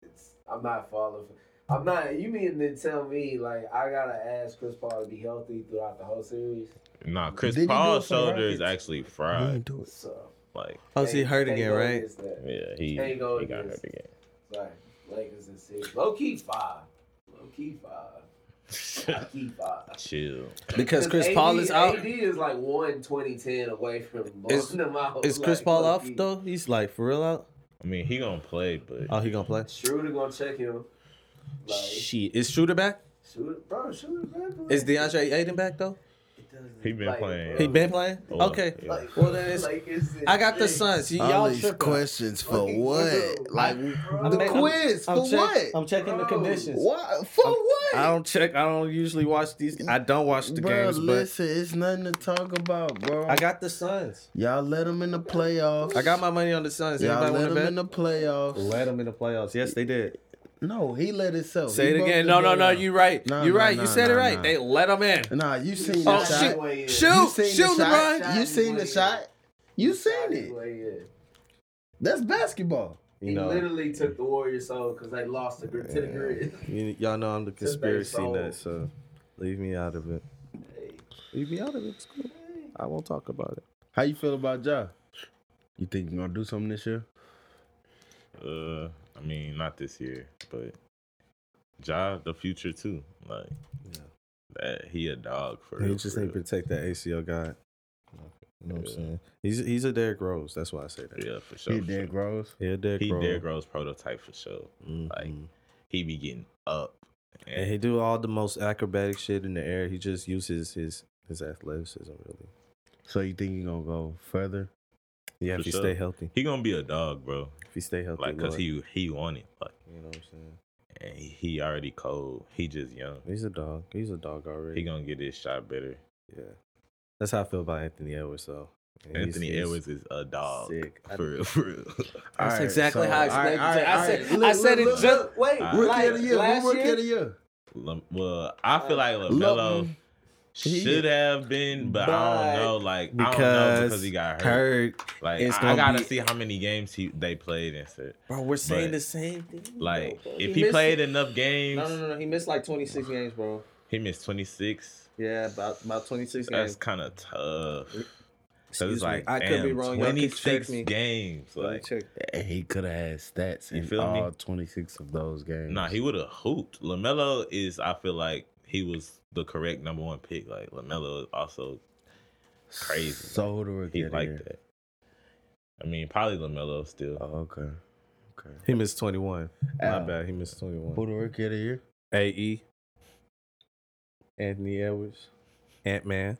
G: It's, I'm not falling. For, I'm not. You mean to tell me like I gotta ask Chris Paul to be healthy throughout the whole series?
C: Nah, Chris
D: Did he do it
C: Paul's
D: for the
C: shoulder is
D: Rockets? Mm.
C: actually fried.
D: do
G: So
C: Like,
F: Oh, is he
G: can't-
F: hurt
G: can't
F: again,
G: go
F: right?
G: against that.
C: yeah, he, he
G: Can't go
C: got
G: against-
C: hurt again.
G: Sorry, Lakers in six. Low key five. Low key five. Low key five.
C: Chill.
F: Because Chris
G: AD
F: Paul is out.
G: AD is like one twenty ten away from blowing
F: Is-
G: them out.
F: Is
G: like,
F: Chris Paul
G: low
F: off,
G: key.
F: though? He's like, for real out?
C: I mean, he gonna play, but
F: Oh, he going to play?
G: Schroeder gonna check him. Like
F: Shit. Is Shooter back?
G: Schroeder, bro. Schroeder, bro. bro.
F: Is DeAndre Ayton back, though?
G: It doesn't-
C: He been playing.
F: He been playing?
C: Oh,
F: Okay.
C: yeah.
G: Like,
F: Well, then it's-
G: Lakers in
F: I got the
G: six.
F: Suns. Y-
D: All
F: Y'all
D: these
F: tripping.
D: questions for
G: Fucking
D: what?
G: bro.
D: Like
G: Bro.
D: the
H: I'm-
D: quiz
H: I'm
D: for
H: check-
D: what?
H: I'm checking the
G: Bro.
H: conditions.
D: what for
F: I
D: what?
F: don't check. I don't usually watch these. I don't watch the
D: bro,
F: games, but
D: listen, it's nothing to talk about, bro.
F: I got the Suns.
D: Y'all let him in the playoffs.
F: I got my money on the Suns.
D: Y'all
F: Anybody
D: let
F: want to
D: him
F: bet?
D: in the playoffs.
F: Let them in the playoffs. Yes, they did.
D: no, he let himself.
F: Say
D: He
F: it
D: broke
F: again.
D: the
F: No, no,
D: game
F: no.
D: out.
F: You right.
D: Nah,
F: you
D: nah,
F: right.
D: nah,
F: you said it
D: nah,
F: right.
D: nah.
F: They let them in.
D: Nah, you seen
F: Oh,
D: the
G: Shot
D: shot.
F: shoot.
G: way in.
F: Shoot.
D: You seen
F: Shoot,
D: the shot.
G: LeBron.
D: You seen the shot. You
G: Shot
D: seen
G: his
D: it.
G: way in.
D: That's basketball.
G: He
F: You know,
G: literally took the Warriors soul because they lost the grid to the grid.
F: you, y'all know I'm the conspiracy
G: sold.
F: nut, so leave me out of it. Leave me out of it. It's cool. I won't talk about it.
D: How you feel about Ja? You think you gonna do something this year?
C: Uh, I mean, not this year, but Ja, the future too. Like, that he a dog for
F: You
C: real.
F: just
C: for
F: need to
C: real.
F: take that ACL guy. You know what I'm saying? He's he's a Derrick Rose. That's why I say that.
C: Yeah, for sure. for sure.
D: Rose.
F: Yeah, Derrick
C: He
F: Rose.
C: Derrick Rose prototype for sure. Like,
H: Mm-hmm.
F: Mhm.
C: he be getting up.
F: and he do all the most acrobatic shit in the air. He just uses his his athleticism really.
D: So you think you gonna go further?
F: Yeah,
C: For
F: if you
C: sure.
F: stay healthy.
C: He gonna be a dog, bro.
F: If you stay healthy,
C: Like, cause
F: Lord.
C: he he won it. Like,
F: You know what I'm saying?
C: and he, he already cold. He just young.
F: He's a dog. He's a dog already.
C: He gonna get his shot better.
F: yeah. That's how I feel about Anthony Edwards, though.
H: And he's-
C: Anthony
H: he's
C: Edwards is a dog.
H: sick. I-
C: For real, for real.
H: All
J: That's
H: right,
J: exactly
H: so-
J: how
H: all
J: I
H: right,
J: expected.
H: all right,
J: to- I
H: all
J: said,
H: right.
J: I
H: Look, look,
J: said it
H: look.
J: just.
G: Wait,
C: All
G: rookie
C: right.
G: like, of the year.
H: Who
G: Last
H: rookie
G: year,
H: of the year?
C: Lam- Well,
F: Uh,
C: I feel like Lamelo
D: Love- he-
C: should have been, but, I
J: But-
C: don't know. Like I don't know
F: because
C: because he got hurt.
F: Heard.
C: Like
F: it's
C: I, I
F: gonna
C: gotta
F: be-
C: see how many games he they played and shit.
J: Bro, we're saying
C: But-
J: the same thing.
C: Like
J: bro.
C: if
F: He
C: he,
F: missed
C: played enough games,
F: No, no, no, no. He missed like 26 games, bro.
C: he missed twenty six.
F: Yeah, about about 26
C: That's
F: games.
C: kind of tough. So
F: Excuse
C: it's like
F: me. I could be
C: damn,
F: wrong. Y'all can check
C: 26
F: me.
C: games.
F: Let me
C: Like,
F: check.
D: And he could have had stats
C: You
D: in
C: feel me?
D: all 26 of those games.
C: nah, he would have hooped. Lamelo is. I feel like he was the correct number one pick. Like Lamelo is also crazy.
D: So the rookie
C: he
D: of the
C: liked
D: year.
C: that. I mean, probably Lamelo still.
D: Oh, okay. Okay.
H: He missed 21. My
D: Uh,
H: bad. He missed 21.
D: Who the rookie of the year?
H: AE. Anthony Edwards. Ant Man.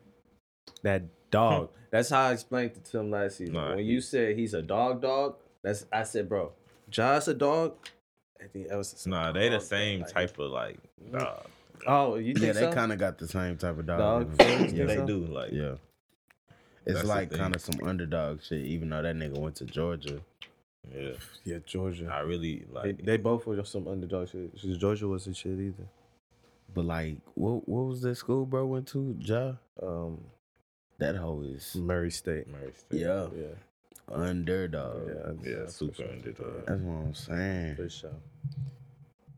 F: That dog. That's how I explained it to him last season.
C: Nah,
F: when
C: he-
F: you said he's a dog, dog. That's I said, bro. John's a dog. Anthony Edwards is a
C: Nah, they the
F: dog,
C: same
F: like-
C: type of like.
H: Mm-hmm.
C: Nah,
F: Oh, you think
D: Yeah,
F: so?
D: they kind of got the same type of dog.
F: Dog
D: in 'em.
F: things, think
D: yeah,
C: they
F: so?
C: do like.
D: yeah. It's
C: That's the
D: like
C: thing.
D: kind of some underdog shit, even though that nigga went to Georgia.
C: yeah.
H: Yeah, Georgia.
C: I really
H: They,
C: like.
H: they both were some underdog shit. 'Cause Georgia wasn't shit either.
D: But like, what what was that school bro went to? Ja?
H: Um,
D: That hoe is
H: Murray State.
C: Murray State.
D: yeah
H: Yeah.
D: underdog.
H: Yeah,
C: Yeah,
H: that's for
C: super
H: sure.
C: underdog.
D: That's what I'm saying.
H: For sure.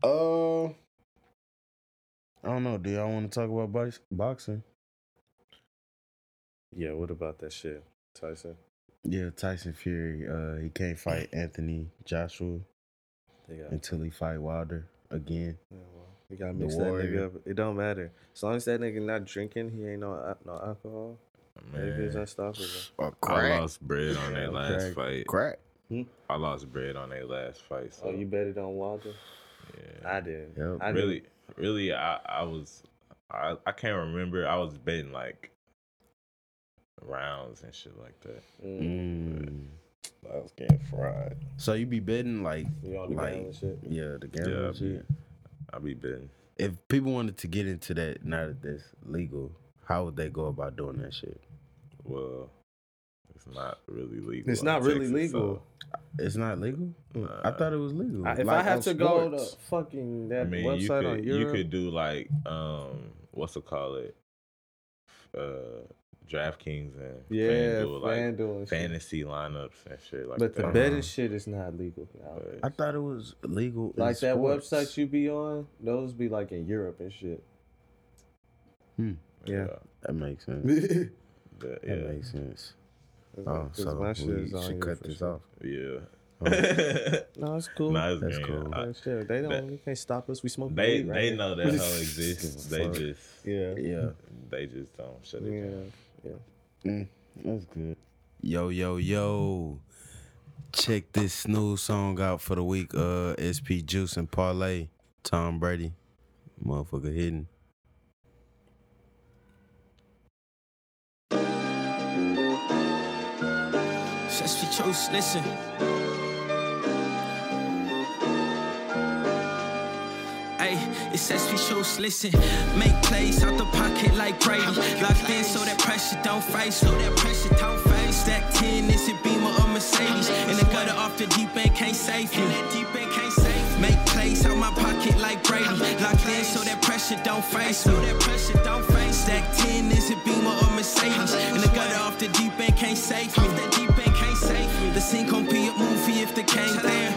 D: Uh, I don't know. Do y'all want to talk about box- boxing?
H: Yeah, what about that shit, Tyson?
D: Yeah, Tyson Fury. Uh, he can't fight Anthony Joshua
H: They got,
D: until he fight Wilder again.
H: yeah, well, they got to mix that
D: warrior.
H: nigga up. It don't matter. As long as that nigga not drinking, he ain't no al- no alcohol. That nigga's
C: Man,
H: unstoppable.
D: Oh,
C: I lost bread on
H: Yeah,
C: their last
H: crack.
C: fight.
D: Crack.
C: I lost bread on their last fight. So
H: Oh, you bet it on Wilder?
C: yeah.
H: I didn't.
D: Yep.
H: I didn't.
C: really, really, I, I was, I, I can't remember. I was betting like rounds and shit like that.
H: Mm.
D: Mm.
C: I was getting fried.
D: So you be betting like
H: We all the
D: Like-
H: gambling shit.
D: yeah the
C: Yeah,
D: gambling
C: I be,
D: shit.
C: I be betting.
D: If people wanted to get into that now that that's legal, how would they go about doing that shit?
C: Well, it's not really legal.
H: It's
C: in
H: not really
C: Texas,
H: legal.
D: It's not legal. I
C: Nah.
D: thought it was legal.
H: I- if I
D: Like,
H: have
D: on
H: to go to
D: sports.
H: fucking
C: So,
H: that
C: I mean,
H: website
C: you could,
H: on
C: you
H: Europe,
C: could do like, um, what's it call it? Uh, DraftKings and
H: yeah,
C: FanDuel, like
H: FanDuel and shit.
C: fantasy lineups and shit like
H: But the
C: that.
H: betting shit is not legal. Now.
C: But-
D: I thought it was legal. in
H: Like that
D: sports.
H: website you be on, those be like in Europe and shit. Hmm. Yeah.
D: That makes sense.
C: But,
D: That
C: yeah.
D: makes sense. Oh,
H: 'Cause
D: so
H: my shit
D: we
H: is on
D: should
H: here
D: cut
H: for
D: this
H: sure.
D: off.
C: Yeah.
H: No, it's cool.
C: Nah, it's
D: That's
C: good.
D: cool.
C: I-
H: Yeah, shit, They don't.
C: that-
H: you can't stop us. We smoke.
C: they
H: weed, right?
C: they know that hoe exists.
D: Give a
C: They
D: fuck.
C: just
H: Yeah.
D: Yeah,
C: they just don't shut it down.
H: Yeah.
D: that's good. Yo, yo, yo. Check this new song out for the week. Uh, SP Juice and Parlay. Tom Brady. Motherfucker hidden.
J: Just for chose, listen. Ay, it says we shows, listen. Make plays out the pocket like Brady. Locked in so that pressure don't face. So that pressure don't face. Stack 10 is a beamer or Mercedes. In the gutter off the deep end can't save you. that deep end can't save Make plays out my pocket like Brady. Locked in so that pressure don't face. So that pressure don't face. Stack 10 is a beamer or Mercedes. In the gutter off the deep end can't save you. that deep end can't save you. The scene gon' be a movie if the cane there.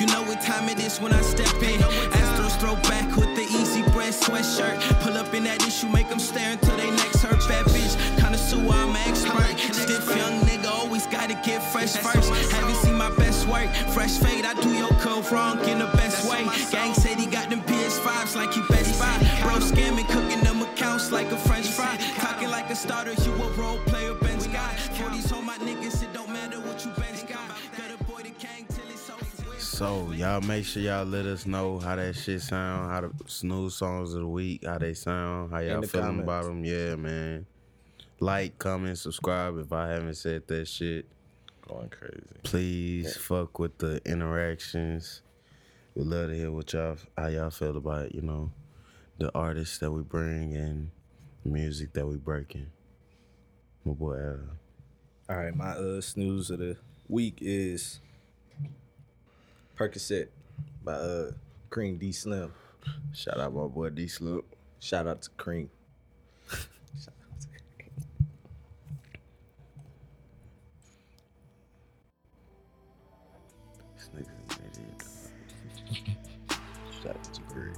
J: You know what time it is when I step in. Astros throw back with the easy bread sweatshirt. Pull up in that issue, make them stare until they necks hurt. Bad bitch, connoisseur, I'm expert. Stiff young nigga, always gotta get fresh first. Haven't seen my best work. Fresh fade, I do your curve wrong in the best way. Gang said he got them PS5s like he best buy. Bro, scamming, cooking them accounts like a french fry. Talking like a starter, you a role player, Ben Scott. 40s on my niggas, it don't matter what you Ben Scott. Better boy the gang till it's over. with.
D: So y'all make sure y'all let us know how that shit sound, how the snooze songs of the week, how they sound, how y'all
H: the
D: feeling
H: comments.
D: about them. Yeah, man. Like, comment, subscribe. If I haven't said that shit,
C: Going crazy.
D: please fuck with the interactions. We love to hear what y'all how y'all feel about you know the artists that uh, we bring and the music that we breaking. My boy, Adam.
F: All right, my uh snooze of the week is Percocet by uh Cream D Slim.
D: Shout out my boy D Slip.
F: Shout out to Cream.
D: This nigga an idiot. Shout out to Greg.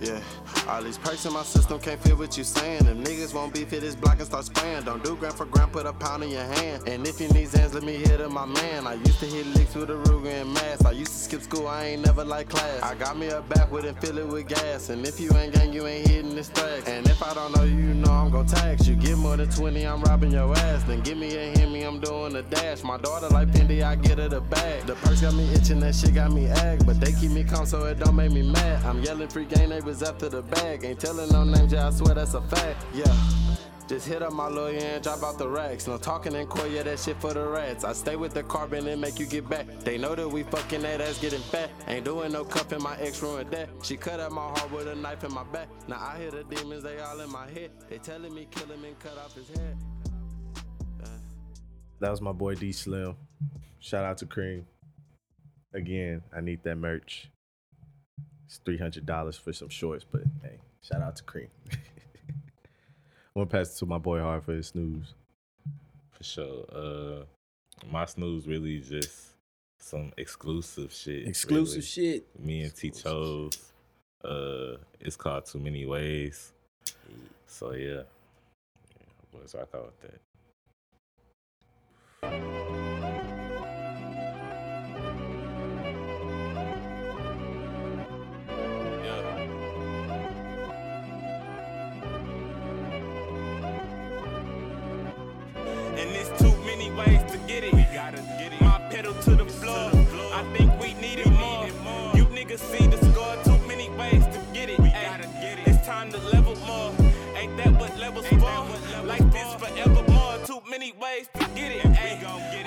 H: Yeah, all these perks in my system can't fit what you saying. Them niggas won't be fit this block and start spraying. Don't do gram for gram, put a pound in your hand. And if you need Zans, let me hit up my man. I used to hit licks with a Ruger and mass. I used to skip school, I ain't never like class. I got me a backward and fill it with gas. And if you ain't gang, you ain't hitting this stack. And if I don't know you, you know I'm gon' tax you. Get more than 20, I'm robbing your ass. Then give me a hit me, I'm doing a dash. My daughter like Fendi, I get her the bag. The perks got me itching, that shit got me ag. But they keep me calm, so it don't make me mad. I'm yelling free gang neighbors after the bag. Ain't telling no names, yeah, I swear that's a fact. Yeah. Just hit up my lawyer and drop out the racks. No talking in court, yeah, that shit for the rats. I stay with the carbon and make you get back. They know that we fucking that ass getting fat. Ain't doing no cuffing, my ex ruined that. She cut out my heart with a knife in my back. Now I hear the demons, they all in my head. They telling me kill him and cut off his head.
F: That was my boy D Slim. Shout out to Cream. Again, I need that merch. It's three hundred dollars for some shorts, but hey, shout out to Cream. I'm gonna pass it to my boy Hard for his snooze.
C: For sure. Uh, my snooze really just some exclusive shit. really.
F: shit.
C: Me and T chose. Uh, it's called Too Many Ways. So yeah, yeah boys rock out with that.
E: And there's too many ways to get it. My pedal to the floor. I think we need it more. You niggas see the score. Too many ways to get it. Ay, It's time to level more. Ain't that what levels for? Like this forever more. Too many ways to get it. Ay,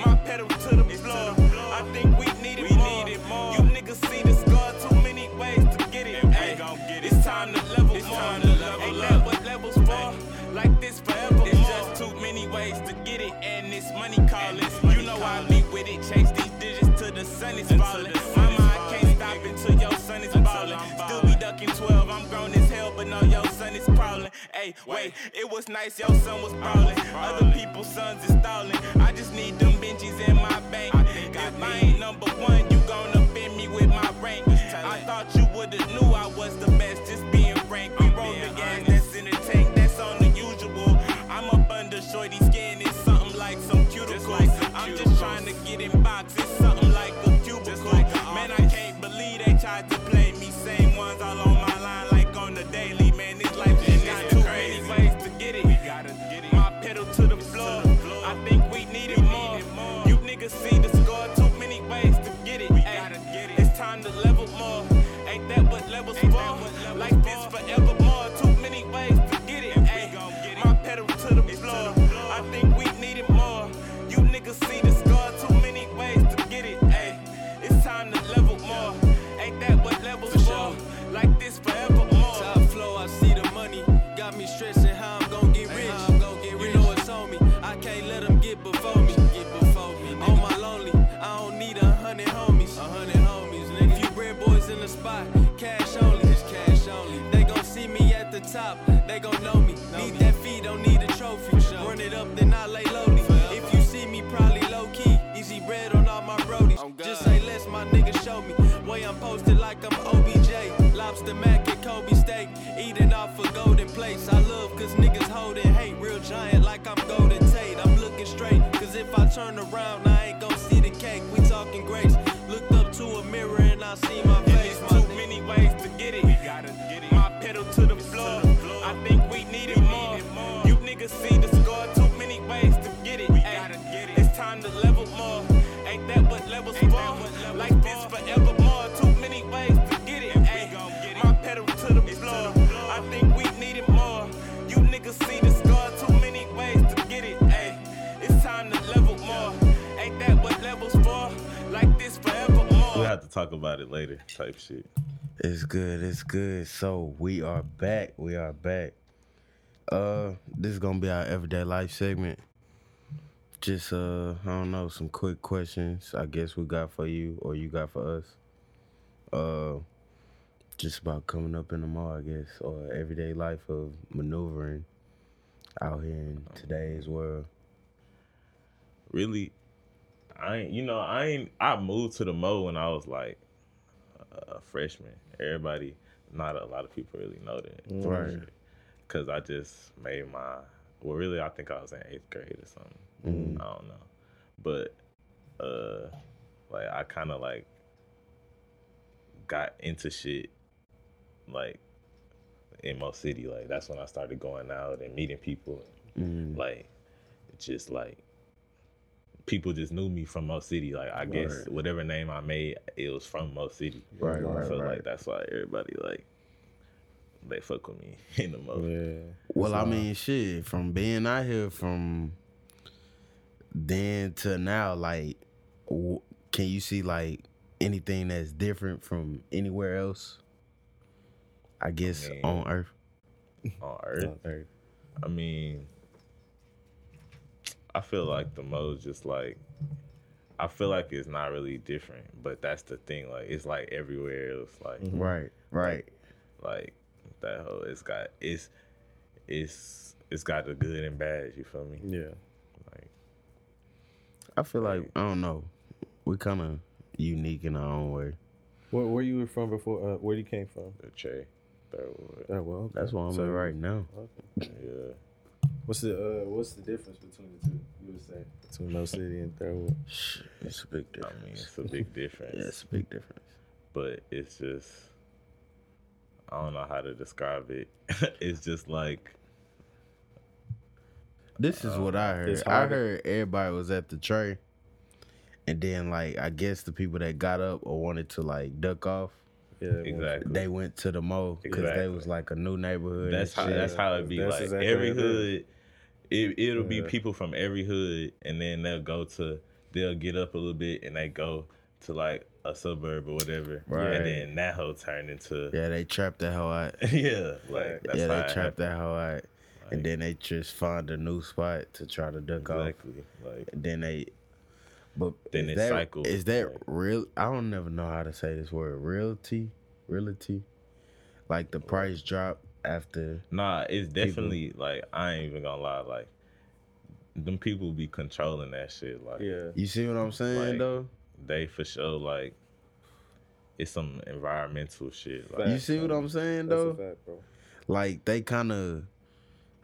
E: My pedal to the floor. I think we need it more. You niggas see the score. Too many ways to get it. Ay, It's time to level more. Ain't that what levels for? Like this forever more. Just too many ways to get it, and this money calling. You know I be with it, chase these digits to the sun is falling. Mama, I can't stop until your son is balling. Still be ducking 12, I'm grown as hell, but no, your son is prowling. Hey, wait, it was nice, your son was brawling. Other people's sons is stalling. I just need them benches in my bank. If I ain't number one, you gonna bend me with my rank. I thought you would've knew I was the best, just being frank. We roll the gas that's in the tank, that's on the usual. I'm up under shorty skin, it's something like some cuticles. I'm just trying to get in box, it's something like a cubicle. Man, I can't believe they tried to play me. Same ones all on my line, like on the daily. Man, this life is not too many ways to get it. My pedal to the floor, I think we need it more. You niggas see the score, too many ways to get it. Ay, It's time to level more. Ain't that what levels for? Life is forever more. Too many ways to get it. Ay, My pedal to the floor. I think we need it more. You niggas see the score. Too many ways to get it. Ay, It's time to level more. Ain't that what levels for? Like this forever more.
K: Top flow, I see the money. Got me stressing how I'm gonna get rich. You know it's on me. I can't let them get before me. Get before me. On my lonely, I don't need a hundred homies. A hundred homies, nigga. Few bread boys in the spot. Cash only. It's cash only. They gon' see me at the top. They gon' know me. Need that fee, don't need a trophy. Run it up, then I lay lowly. If you see me, probably low key. Easy bread on all my brodies. Just say less, my nigga show me. Way I'm posted like I'm OBJ. Lobster mac and Kobe steak. Eating off a golden place. I love cause niggas holding hate. Real giant like I'm Golden Tate. I'm looking straight. Cause if I turn around, I ain't gon' see the cake. We talking grace. Looked up to a mirror and I see my
E: And
K: face.
E: there's
K: My
E: too many ways to get it. My pedal to the floor. I think we need it more. You niggas see the score. Too many ways to get it. Ay, It's time to level more. Ain't that what levels for? Life is forever more. Too many ways to get it. Ay, My pedal to the floor. I think we need it more. You niggas see the score. Too many ways to get it. Ay, It's time to level more. Ain't that what levels for? Like this forever uh. more.
C: We have to talk about it later type shit.
D: It's good. It's good. So we are back. We are back. Uh, this is gonna be our everyday life segment. Just uh, I don't know, some quick questions. I guess we got for you or you got for us. Uh, just about coming up in the mall, I guess, or everyday life of maneuvering out here in today's world.
C: Really, I ain't, you know, I ain't, I moved to the Mo when I was like a freshman. Everybody, not a lot of people really know that.
D: Right.
C: Because I just made my, well, really, I think I was in eighth grade or
D: Mm,
C: something. I don't know. But, uh, like, I kind of like got into shit, like, in Mo City. Like, that's when I started going out and meeting people.
D: mm. Mm-hmm.
C: Like, just like, people just knew me from Mo City. Like I guess whatever name I made, it was from Mo City.
D: Right, right,
C: So
D: right.
C: like that's why everybody like they fuck with me in the Mo.
D: Well, I mean, shit, from being out here from then to now, like, w- can you see, like, anything that's different from anywhere else? I guess
C: mean-
D: on Earth.
C: on Earth. I mean, I feel like the Mo is just like I feel like it's not really different, but that's the thing. Like it's like everywhere else. Like
D: Right, right.
C: like that whole it's got it's it's it's got the good and bad. You feel me?
H: Yeah.
C: Like
D: I feel like, I don't know, we kind of unique in our own way.
H: Where, where you were from before? Uh, where you came from?
C: the Che, Thurwood.
H: Oh well, okay.
D: That's where I'm
H: So,
D: at right now.
C: Yeah.
H: What's the uh, What's the difference between the two? You would say between Mo City and Thurwood.
D: Shh, It's a big
C: I
D: difference.
C: mean, it's a big difference.
D: Yeah, it's a big difference.
C: but it's just I don't know how to describe it. it's just like
D: This is what I heard.
H: it's
D: I
H: harder.
D: heard everybody was at the tray, and then like I guess the people that got up or wanted to like duck off,
H: Yeah,
C: exactly
D: they went to the mall because
C: Exactly.
D: they was like a new neighborhood.
C: that's how that's how it be
H: That's
C: like
H: exactly
C: every
H: what it is.
C: hood. It, it'll be
H: Yeah.
C: people from every hood, and then they'll go to they'll get up a little bit and they go to like a suburb or whatever,
D: Right.
C: and then that whole turned into yeah,
D: yeah, they trapped that hoe out.
C: like that's
D: yeah,
C: how
D: they
C: it
D: trapped
C: happened.
D: that hoe out,
C: Like-
D: and then they just find a new spot to try to duck off.
C: exactly like
D: And then they, but
C: Then
D: is
C: it
D: that,
C: cycles,
D: Is that
C: like-
D: real? I don't never know how to say this word. Realty, realty, like the price drop after.
C: nah, it's definitely like I ain't even gonna lie, like them people be controlling that shit, like
H: yeah.
D: You see what I'm saying
C: Like,
D: though?
C: they for sure like it's some environmental shit.
H: Fact.
C: Like
D: You see what I'm saying
H: That's a
D: though?
H: fact, bro.
D: Like they kind of,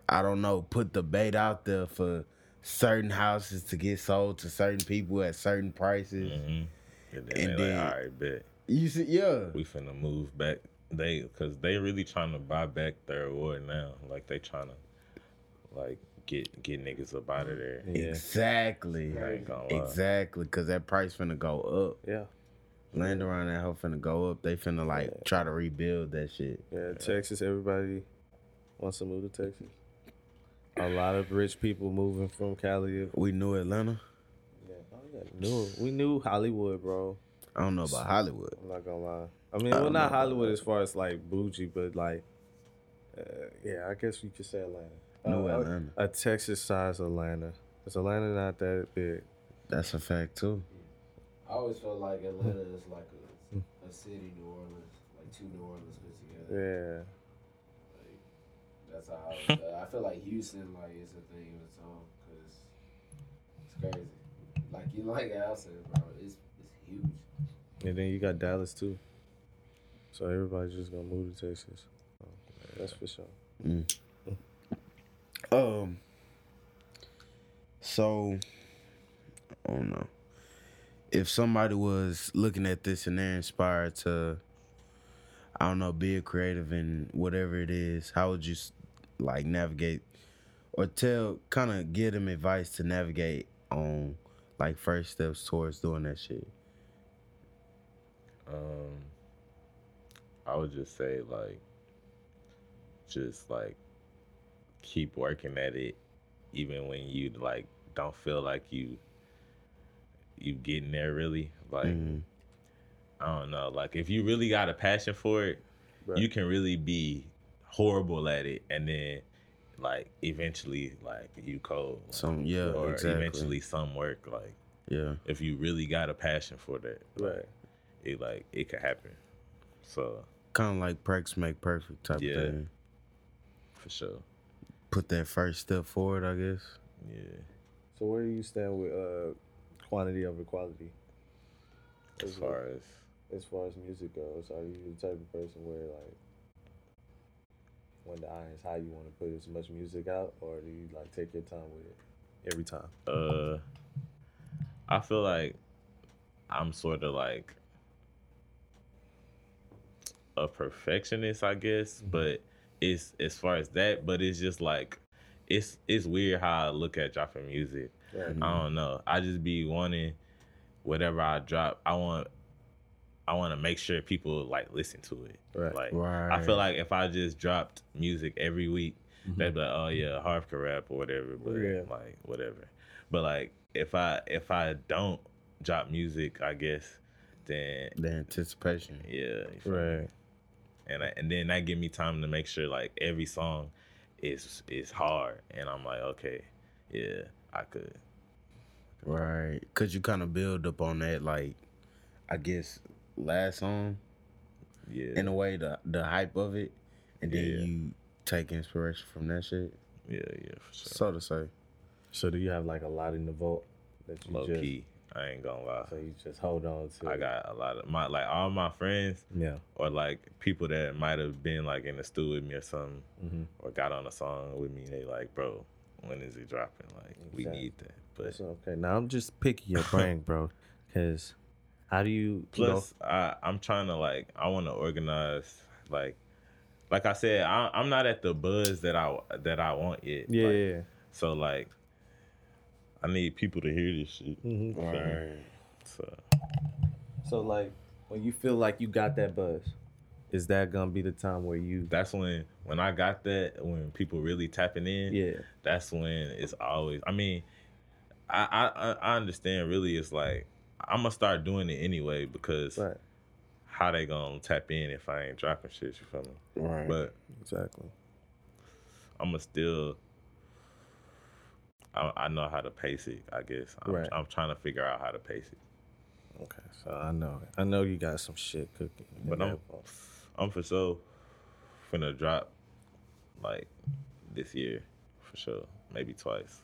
D: I don't know, put the bait out there for certain houses to get sold to certain people at certain prices.
H: Mm-hmm.
C: Mhm. and then
D: And
C: they
D: then-
C: like, all right, bet
D: You see, yeah,
C: we finna move back. They because they really trying to buy back their award now. Like they trying to like get get niggas up out of there.
H: Yeah.
D: exactly,
C: I ain't gonna lie.
D: exactly, because that price finna go up.
H: Yeah.
D: Land around that hoe finna go up. They finna like try to rebuild that shit.
H: Yeah, Texas. Everybody wants to move to Texas. A lot of rich people moving from Cali.
D: We knew Atlanta.
H: Yeah, oh, yeah. Knew, we knew Hollywood, bro.
D: I don't know about Hollywood.
H: I'm not gonna lie. I mean, well, not Hollywood as far as like bougie, but like, uh, yeah, I guess you could say Atlanta.
D: New
H: Uh, a-
D: Atlanta.
H: A Texas size Atlanta. Is Atlanta not that big?
D: That's a fact too.
G: I always felt like Atlanta is like a, a city, New Orleans, like two New Orleans put together.
H: Yeah.
G: Like, that's how I, always felt. Uh, I feel like Houston, like is a thing of its own, cause it's crazy. Like you, like I said, bro, it's it's huge.
H: And then you got Dallas too. So everybody's just gonna move to Texas. Oh, That's for sure.
D: Um. So, I don't know. If somebody was looking at this and they're inspired to, I don't know, be a creative in whatever it is, how would you s- like navigate or tell, kind of give them advice to navigate on like first steps towards doing that shit?
C: Um, I would just say like, just like, keep working at it, even when you like
D: Mm-hmm.
C: don't feel like you you getting there really. Like, I don't know. Like if you really got a passion for it, you can really be horrible at it, and then like eventually like you cold. like,
D: Some yeah,
C: or
D: exactly.
C: eventually some work. Like
D: Yeah.
C: if you really got a passion for that,
H: Right.
C: it like it could happen. So
D: Kind of like practice make perfect type
C: Yeah.
D: of thing.
C: for sure,
D: Put that first step forward, I guess.
C: yeah.
H: So where do you stand with uh, quantity over quality
C: As far as
H: as far as music goes? Are you the type of person where like when the iron is high, you want to put as much music out, or do you like take your time with it every time?
C: uh I feel like I'm sort of like a perfectionist, I guess, but it's as far as that, but it's just like it's it's weird how I look at dropping music.
H: Mm-hmm.
C: I don't know. I just be wanting whatever I drop. I want I want to make sure people like listen to it.
H: Right.
C: Like I
D: Right.
C: feel like if I just dropped music every week, they'd be like, "Oh yeah, Harv can rap or whatever," but
H: Mm-hmm. Yeah.
C: like whatever. But like if I if I don't drop music, I guess then
D: The anticipation.
C: yeah, you feel me?
H: Right.
C: and I, and then that give me time to make sure like every song is is hard, and I'm like, okay, yeah, I could.
D: Right. Cause you kind of build up on that, like, I guess last song
C: Yeah,
D: in a way, the the hype of it, and then
C: Yeah.
D: you take inspiration from that shit.
C: yeah, yeah, for sure.
D: So to say,
H: So do you have like a lot in the vault that you
C: Low
H: just
C: key, I ain't gonna lie.
H: so you just hold on to?
C: I got a lot of my like all my friends
H: yeah.
C: or like people that might have been like in the stew with me or something,
H: Mhm.
C: or got on a song with me. They like, bro, when is it dropping? Like, we
H: Exactly.
C: need that. But
H: It's okay. Now I'm just picking your brain, bro. Cause how do you
C: plus, I I'm trying to like I want to organize like like I said I, I'm not at the buzz that I that I want yet.
H: You know,
C: Like,
H: yeah.
C: So like, I need people to hear this shit.
H: Mhm.
C: You feel me? So
H: So like when you feel like you got that buzz, is that gonna be the time where you?
C: that's when when I got that when people really tapping in.
H: Yeah.
C: that's when it's always i mean i i, I- I understand really it's like i'm gonna start doing it anyway because
H: Right.
C: how they gonna tap in if i ain't dropping shit you feel me
D: right.
C: but
H: Exactly.
C: i'm gonna still I, I know how to pace it i guess I'm,
H: Right.
C: I'm trying to figure out how to pace it
H: Okay. So I know. I know you got some shit cooking. in
C: But
H: that
C: I'm-
H: vault.
C: i'm for sure finna drop like this year for sure maybe twice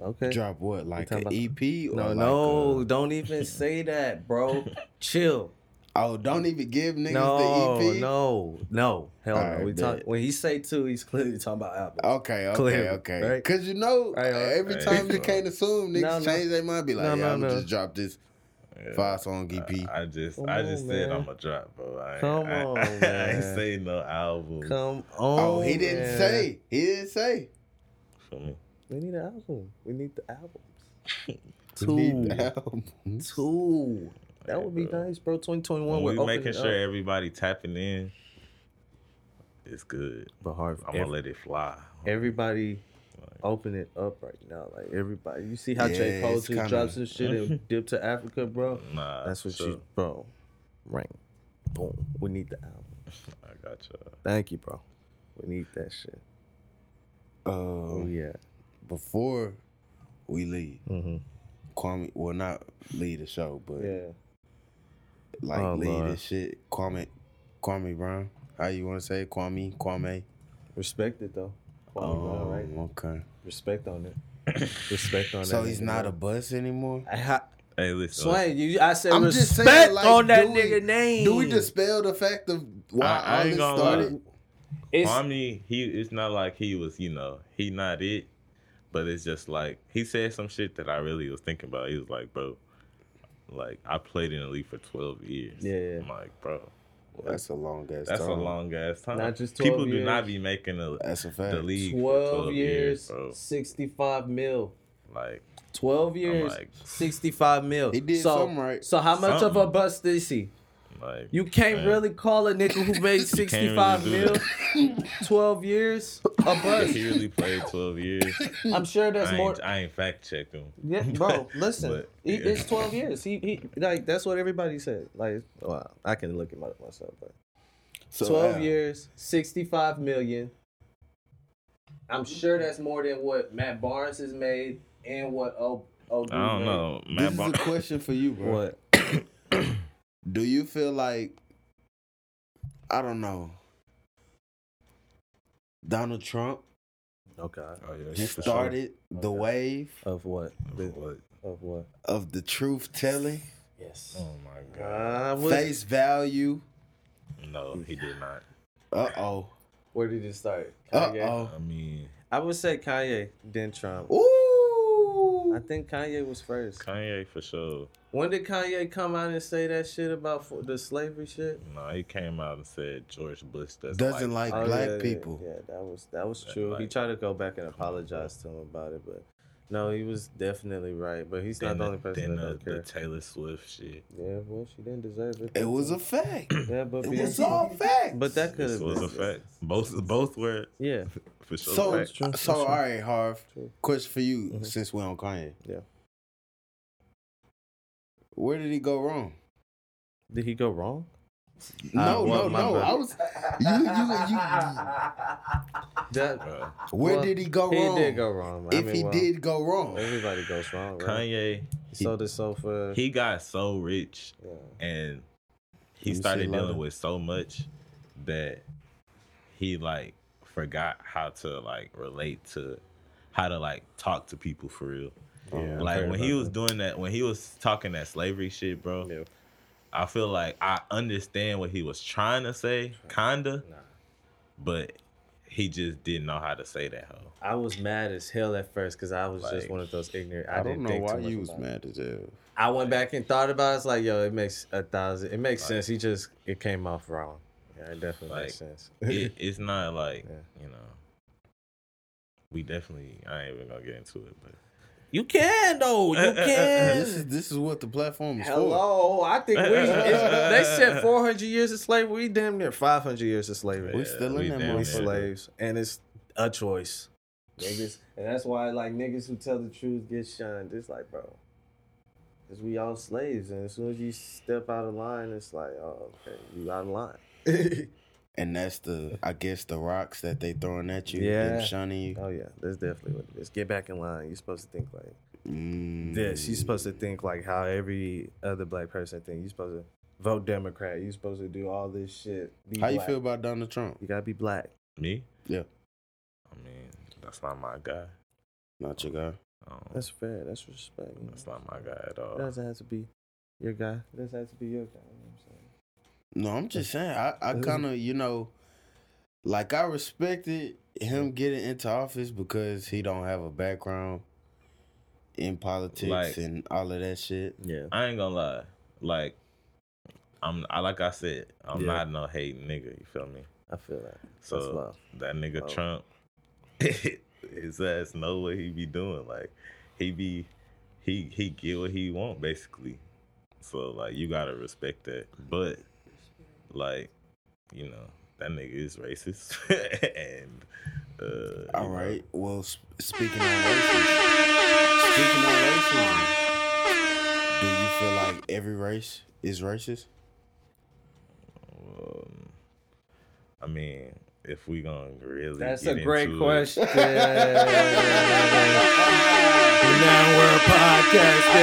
H: okay.
D: Drop what, like
H: talking
D: an
H: about-
D: EP? Or
F: No,
D: like uh,
F: no,
D: a-
F: don't even say that, bro. Chill.
D: oh, don't even give niggas
F: No,
D: the E EP.
F: no, no. Hell no.
D: Alright,
F: we talk,
D: bet. Oh.
F: when he say two, he's clearly talking about album.
D: Okay, okay,
F: Clearly,
D: okay.
F: right?
D: Cause you know,
F: Right, right.
D: every
C: Hey,
D: time you
C: bro.
D: can't assume niggas
F: No, no.
D: change their mind. Be like,
F: No,
D: yeah,
F: no,
D: I'm
F: no.
D: just drop this
C: Yeah.
D: five song E EP.
C: I, I just,
F: Come
C: I just
F: on,
C: said
F: man.
C: I'm a drop, bro. I ain't,
F: Come
C: I,
F: on,
C: I, ain't
F: man.
C: say no album.
F: Come on.
D: oh, he didn't
F: man.
D: say. He didn't say.
C: for me.
F: We need an album. We need the albums.
D: We need
F: Two.
D: the album.
F: Two. That would be
C: Bro.
F: nice, bro. 2021.
C: When
F: we're
C: we making
F: opening
C: sure
F: up.
C: everybody tapping in, it's good.
F: But hard.
C: I'm gonna let it fly.
F: everybody open it up right now. Like everybody, you see how
D: Yeah,
F: J Cole
D: it's
F: just
D: kinda-
F: drops his shit and dip to Africa, bro.
C: Nah,
F: That's what
C: so
F: you, bro. Ring, boom. We need the album.
C: I got you.
F: Thank you, bro. We need that shit. Oh
D: Um,
F: yeah.
D: before we leave,
F: Mm-hmm.
D: Kwame, well, not leave the show, but
H: Yeah.
D: like
F: Oh,
D: lead leave
F: Lord.
D: this shit. Kwame, Kwame Brown. How you want to say it? Kwame, Kwame.
H: Respect it though. Quality, all right.
D: Um, okay.
H: Respect on it. Respect on that.
D: So he's
H: nigga,
D: not
H: bro.
D: a bus anymore.
F: I ha-
C: Hey, listen.
F: Swain, you. I said
D: I'm
F: respect
D: just saying, like,
F: on that
D: do we-
F: nigga name.
D: Do we dispel the fact of why
C: I- I
D: all
C: ain't
D: this
C: gonna lie.
D: started?
F: It's,
C: Kwame, he. It's not like he was, you know, he not it. But it's just like he said some shit that I really was thinking about. He was like, bro, like I played in the league for 12 years.
F: Yeah.
C: I'm like, bro,
D: That's a long ass.
C: that's a
D: time.
C: long ass time.
F: Not just
C: People
F: 12
C: do not
F: years.
C: be making a,
D: That's a fact.
C: the league 12 for
F: 12 years,
C: bro.
F: 65 mil.
C: Like,
F: 12 years,
C: like-
F: 65 mil.
D: He did
F: so,
D: something right.
F: So, how much of a
C: Something.
F: bust is he?
C: Like
H: You can't
C: man.
H: really call a nigga who made sixty five
C: really do
H: mil, twelve years a
C: If he
H: bust.
C: really played twelve years.
H: I'm sure
C: I
H: that's more.
C: ain't, I ain't fact checked him.
H: Yeah, bro. Listen,
C: but,
H: he-
C: yeah.
H: it's twelve years. He, he like that's what everybody said. Like, wow, I can look at my, myself, but
D: So,
H: twelve
D: uh,
H: years, sixty-five million. I'm sure that's more than what Matt Barnes has made and what O. o-
C: I don't know.
D: This
C: Matt
D: is a
C: Barnes,
D: question for you, bro.
H: What?
D: Do you feel like I don't know Donald Trump
H: Okay.
C: oh, yeah, he for sure.
D: started the
H: Okay.
D: wave
H: Of what?
C: What?
H: Of what?
D: of the truth telling,
H: Yes.
C: Oh my god.
H: Uh, what-
D: face value?
C: No, he did not.
D: Uh oh.
H: Where did it start?
D: Uh
H: Kanye?
D: oh.
C: I mean,
H: I would say Kanye, then Trump. I
D: Ooh.
H: think Kanye was first.
C: Kanye for sure.
H: When did Kanye come out and say that shit about fo- the slavery shit?
C: No, he came out and said George Bush doesn't,
D: Doesn't like
H: Oh,
D: black
H: yeah, yeah,
D: people.
H: Yeah, that was that was
C: Yeah,
H: true. he
C: like-
H: tried to go back and apologize to him about it, but no, he was definitely right. But he's not
C: Then
H: the only
C: the-
H: person
C: then
H: that
C: the,
H: don't care.
C: the Taylor Swift shit.
H: yeah, well, she didn't deserve it.
D: It was a fact.
H: yeah, but
D: It
H: being-
D: was all facts.
H: but that could
C: This
H: have
C: was a fact. Both both were
H: Yeah,
C: for sure.
D: so
C: facts.
D: so all right, Harv.
H: True.
D: Question for you
H: Mhm.
D: since we're on Kanye.
H: Yeah.
D: Where did he go wrong?
H: did he go wrong?
D: No,
H: Uh, well,
D: no,
H: my
D: no.
H: bad.
D: I was you, you, you,
H: That
C: Bruh.
D: Where
H: Well,
D: did he go
H: he
D: wrong?
H: did go wrong. I
D: If
H: mean,
D: he
H: well,
D: did go wrong,
H: everybody goes wrong. Right?
C: Kanye,
H: He sold his sofa.
C: he got so rich
H: yeah.
C: and he
D: You see
C: started
D: a lot
C: dealing
D: of-
C: with so much that he like forgot how to like relate to how to like talk to people for real.
H: Yeah,
C: like
H: I've
C: when
H: heard
C: he
H: about
C: was doing that, when he was talking that slavery shit, bro.
H: Yeah.
C: I feel like I understand what he was trying to say, kinda,
H: Nah.
C: but he just didn't know how to say that. Hoe.
H: I was mad as hell at first because I was just
C: Like,
H: one of those ignorant. I,
D: I, don't
H: didn't
D: know
H: think too
D: why
H: much
D: you was
H: about it.
D: mad as hell.
H: I went back and thought about it. It's like, yo, it makes a thousand. It makes sense. He just it came off wrong. Yeah, it definitely makes sense.
C: It, it's not like
H: Yeah.
C: you know. We definitely. I ain't even gonna get into it, but
H: You can though. You
D: This is this is what the platform is
H: Hello, I think we. it's- They said 400 years of slavery. We damn near 500 years of
D: for. We
H: slavery.
D: still
C: we
D: in that
C: damn
H: We
C: near
D: motherfucker.
H: slaves, and it's a choice. Niggas, and that's why like niggas who tell the truth get shunned. It's like, bro, because we all slaves, and as soon as you step out of line, it's like, oh, okay, you out of line.
D: And that's the I guess the rocks that they throwing at you,
H: Yeah.
D: them shunning you.
H: Oh yeah, that's definitely what it is. Get back in line. You're supposed to think like
D: Mm.
H: this. You're supposed to think like how every other black person thinks. You're supposed to vote Democrat. You're supposed to do all this shit. Be
D: How you
H: black.
D: feel about Donald Trump?
H: You gotta be black.
C: me.
D: Yeah.
C: I mean, that's not my guy.
D: Not your guy.
C: Um,
H: That's fair. That's respect. you know?
C: that's not my guy at all.
H: It doesn't have to be your guy. It doesn't have to be your guy. You
D: No, I'm just saying. I, I kind of you know, like I respected him getting into office because he don't have a background in politics
C: Like-
D: and all of that shit.
H: know what I'm saying?
C: I ain't gonna lie. Like, I'm. I like I said, I'm
H: Yeah.
C: not no hating nigga. You feel me?
H: Yeah, I feel that.
C: So
H: That's love.
C: that nigga
H: Wow.
C: Trump, his ass know what he be doing. Like he be, he he get what he want basically. So like you gotta respect that. But like, you know that nigga is racist. and uh,
D: All right. Well, sp- speaking on racism, speaking on racism, do you feel like every race is racist?
C: um, I mean, if we gonna really
H: That's
C: get
H: a great
C: into it-
H: question. now we're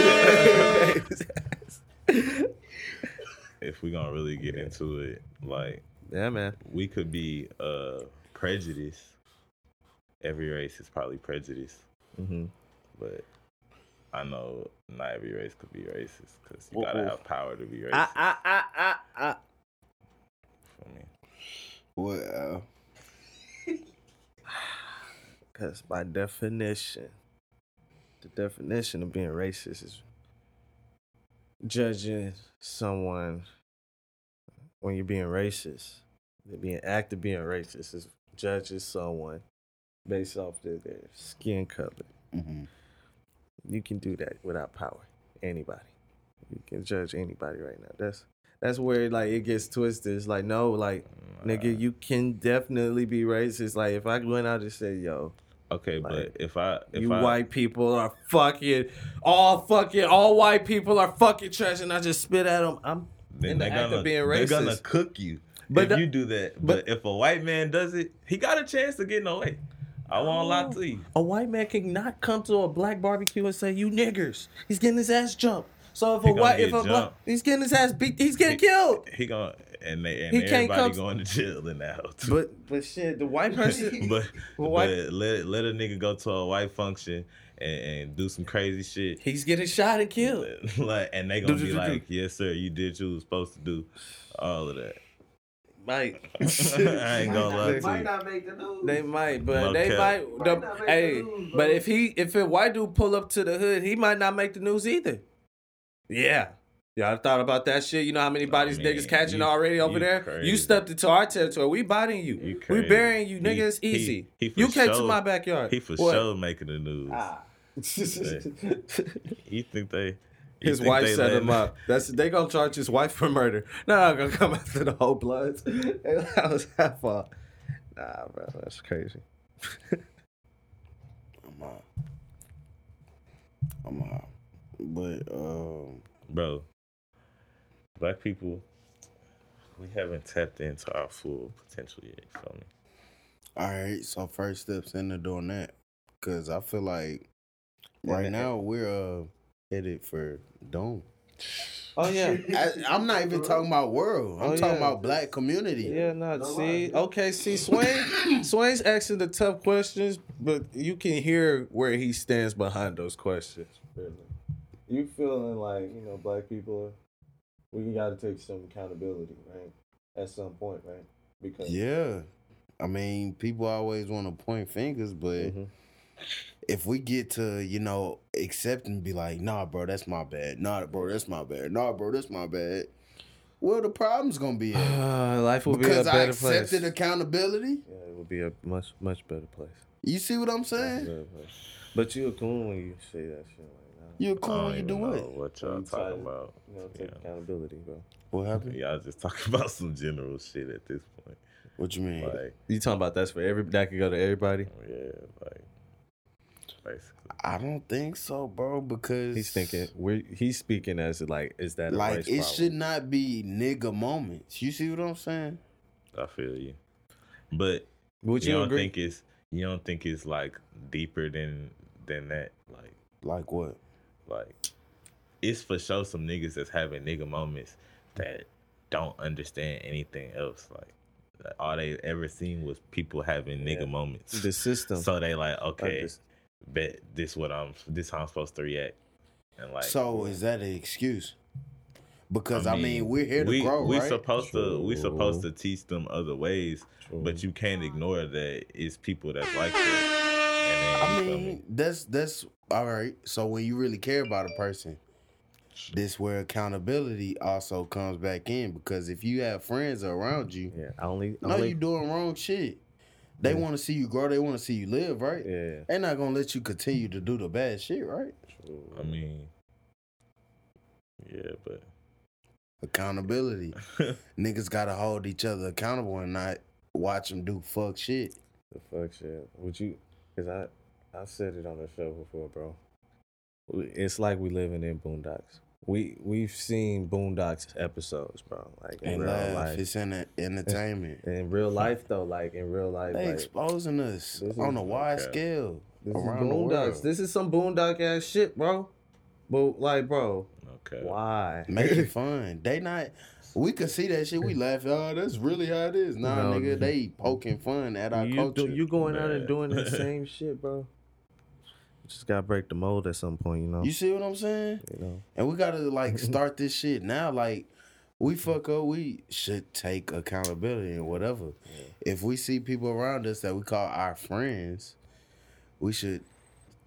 H: podcasting.
C: if we gonna really get into it, like
H: yeah, man.
C: we could be uh prejudiced. Every race is probably prejudiced,
H: Mm-hmm.
C: but I know not every race could be racist because you
H: Woof,
C: gotta
H: woof.
C: have power to be racist.
H: I, I, I, I, I.
C: for me.
D: Well,
H: Because by definition, the definition of being racist is judging someone when you're being racist. The being act of being racist is judging someone based off their, their skin color.
D: hmm
C: Mm-hmm.
H: You can do that without power. Anybody.
F: You can judge anybody right now. That's that's where like it gets twisted. It's like no, like nigga, you can definitely be racist. Like if I went out and said, yo,
C: Okay,
F: Like,
C: but if I if
F: you
C: I
F: white people are fucking all fucking all white people are fucking trash, and I just spit at them. I'm in the
C: they're
F: act of being
C: They're
F: racist.
C: gonna cook you
F: But
C: if
F: the-
C: you do that.
F: but-
C: But, if a white man does it, he got a chance to get away. I won't lie
F: Oh.
C: to you.
F: A white man cannot come to a black barbecue and say, "You niggers." He's getting his ass jumped. So if
C: He
F: a
C: gonna
F: white, if
C: get
F: a black,
C: jumped.
F: he's getting his ass beat. He's getting
C: He-
F: killed.
C: He gonna and they and
F: He can't
C: everybody
F: come-
C: going to jail in that house. But
F: But but shit, the white person.
C: but,
F: why-
C: let let a nigga go to a white function and, and do some crazy shit.
F: He's getting shot and killed.
C: like and they gonna
F: Do- do-
C: be
F: do- do.
C: like, yes sir, you did what you was supposed to do, all of that.
F: Mike.
C: I ain't gonna lie to
G: Might
C: you.
G: not make the news.
F: They might, but
C: No
F: they
C: cap.
F: might. The,
G: Might not make
F: hey,
G: the news,
F: but
G: bro.
F: if he, if a white dude pull up to the hood, he might not make the news either. Yeah, y'all thought about that shit. You know how many bodies
C: man,
F: niggas catching
C: you-
F: already over
C: you
F: there. You
C: crazy.
F: stepped into our territory. We bodying you.
C: You
F: we
C: crazy.
F: burying you,
C: He-
F: nigga. it's
C: he-
F: easy.
C: he for
F: you came to
C: sure-
F: my backyard.
C: He for
F: What?
C: sure making the news.
G: Ah.
C: You think they? you
F: His
C: think
F: wife
C: they
F: set
C: let-
F: him up. That's they gonna charge his wife for murder. No, I'm gonna come after the whole bloods. that was that fault. Nah, bro, that's crazy.
D: I'm out. I'm out. But um,
C: bro. Black people, we haven't tapped into our full potential yet. You feel me?
D: all right. So first steps into doing that, because I feel like right now we're uh, headed for doom.
F: Oh yeah.
D: I, I'm not even talking about world. I'm
F: Oh,
D: talking
F: yeah.
D: about black community.
F: Yeah, no, see, oh, okay, see, Swain, Swain's asking the tough questions, but you can hear where he stands behind those questions.
H: Really. You feeling like, you know, black people, we got to take some accountability, right? At some point, right? Because
D: Yeah. I mean, people always want to point fingers, but
F: Mm-hmm.
D: if we get to, you know, accept and be like, nah, bro, that's my bad. Nah, bro, that's my bad. Nah, bro, that's my bad. Where the problem's going to be at?
F: Uh, life will
D: Because
F: be a
D: I
F: better place.
D: accepted accountability.
F: yeah, it will be a much, much better place.
D: You see what I'm saying?
F: Better place.
H: But you a coon when you say that shit like that.
D: You're
F: Oh,
C: I
D: cool
C: don't
D: when you
C: even
D: do
C: know
D: what?
C: what y'all
H: You try to-
C: talking about.
H: You know,
C: Yeah.
H: take accountability, bro.
D: What happened?
C: Y'all just talking about some general shit at this point.
D: What you mean?
C: Like,
F: You talking about that's for every that could go to everybody?
C: yeah, like, basically.
D: I don't think so, bro, because
F: He's thinking we're he's speaking as like, is that a
D: like it
F: race problem?
D: should not be nigga moments. You see what I'm saying?
C: I feel you. But
F: Would
C: you
F: you
C: don't
F: agree?
C: think it's you don't think it's like deeper than than that. Like,
D: Like what?
C: like, it's for sure some niggas that's having nigga moments that don't understand anything else. Like, like, all they ever seen was people having nigga
F: Yeah.
C: moments.
F: the system.
C: So they like, okay,
F: Understand.
C: bet this what I'm this how I'm supposed to react. And like
D: so is that an excuse? Because
C: I
D: I mean,
C: mean,
D: we're here to
C: we
D: grow,
C: we
D: right?
C: supposed to we supposed to
F: True.
C: teach them other ways, but you can't ignore that it's people that's like that.
D: I
C: And then, you feel me?
D: mean, that's that's all right. So when you really care about a person, this where accountability also comes back in. Because if you have friends around you,
F: yeah, I only, I
D: no,
F: only
D: you doing wrong shit. They want to see you grow. They want to see you live, right?
F: yeah.
D: They're not gonna let you continue to do the bad shit, right?
C: I mean, yeah, but
D: Accountability. Niggas gotta hold each other accountable and not watch them do fuck shit.
H: The fuck shit. Would you, because I, I said it on the show before, bro.
F: it's like we living in boondocks. We we've seen boondocks episodes, bro. Like in
D: And
F: real
D: laugh.
F: life.
D: It's in entertainment.
F: in real life though, like in real life,
D: They
F: like,
D: exposing us
H: this
D: on
H: is-
D: a wide
C: okay.
D: scale
F: this is
D: around the
F: boondocks.
D: world.
F: This is some boondock ass shit, bro. But like, bro,
C: okay.
F: why?
D: Making fun. They not. We could see that shit. We laugh. Oh, that's really how it is. Nah,
F: No.
D: nigga, they poking fun at our
F: You
D: culture.
F: do, you going out and
C: Man.
F: doing the same shit, bro. You just gotta break the mold at some point, you know.
D: You see what I'm saying?
F: You know.
D: And we gotta like start this shit now. Like we fuck up, we should take accountability and whatever. If we see people around us that we call our friends, we should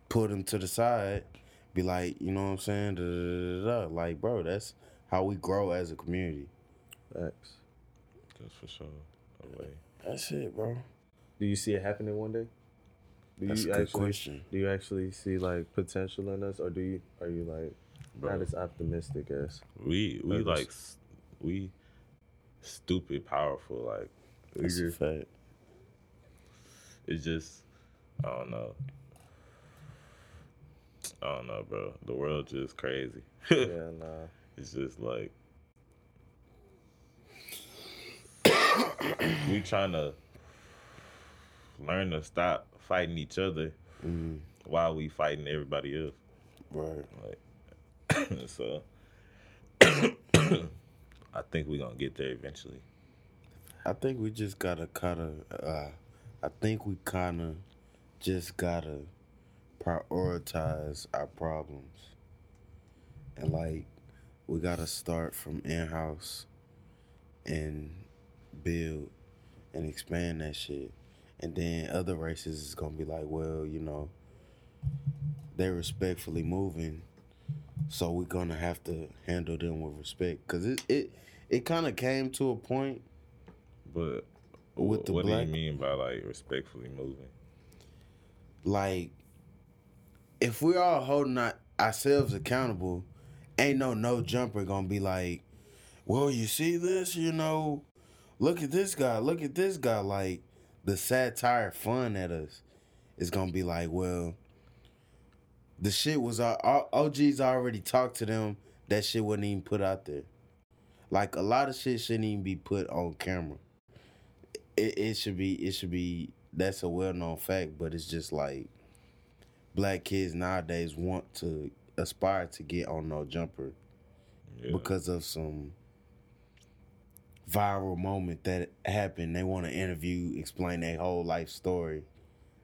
D: put them to the side. Be like, you know what I'm saying? Da, da, da, da, da. Like, bro, that's how we grow as a community.
F: Facts.
C: That's for sure. Away.
D: That's it, bro.
F: Do you see it happening one day? Do
D: That's
F: you
D: a good
F: actually
D: question.
F: do you actually see like potential in us, or do you are you like
L: Not as optimistic as
C: We we
L: Others.
C: like s- we stupid powerful like we
D: That's a
C: just-
D: fact.
C: it's just I don't know. I don't know, bro. The world just crazy.
F: Yeah, nah.
C: It's just like we trying to learn to stop fighting each other
D: Mm-hmm.
C: while we fighting everybody else.
D: Right.
C: Like so, I think we're gonna get there eventually.
D: I think we just gotta kinda uh I think we kinda just gotta prioritize our problems. And like we gotta start from in house and build and expand that shit. And then other races is gonna be like, well, you know, they're respectfully moving, so we're gonna have to handle them with respect. Cause it it, it kinda came to a point
C: But
D: With
C: wh-
D: the
C: what
D: black-
C: do you mean by like respectfully moving?
D: like if we're all holding our, ourselves accountable ain't no no jumper gonna be like well you see this you know look at this guy look at this guy like the satire fun at us is gonna be like well the shit was our our- og's already talked to them that shit wasn't even put out there like a lot of shit shouldn't even be put on camera it, it should be it should be that's a well known fact, but it's just like black kids nowadays want to aspire to get on no jumper
C: Yeah.
D: because of some viral moment that happened. They want to interview, explain their whole life story.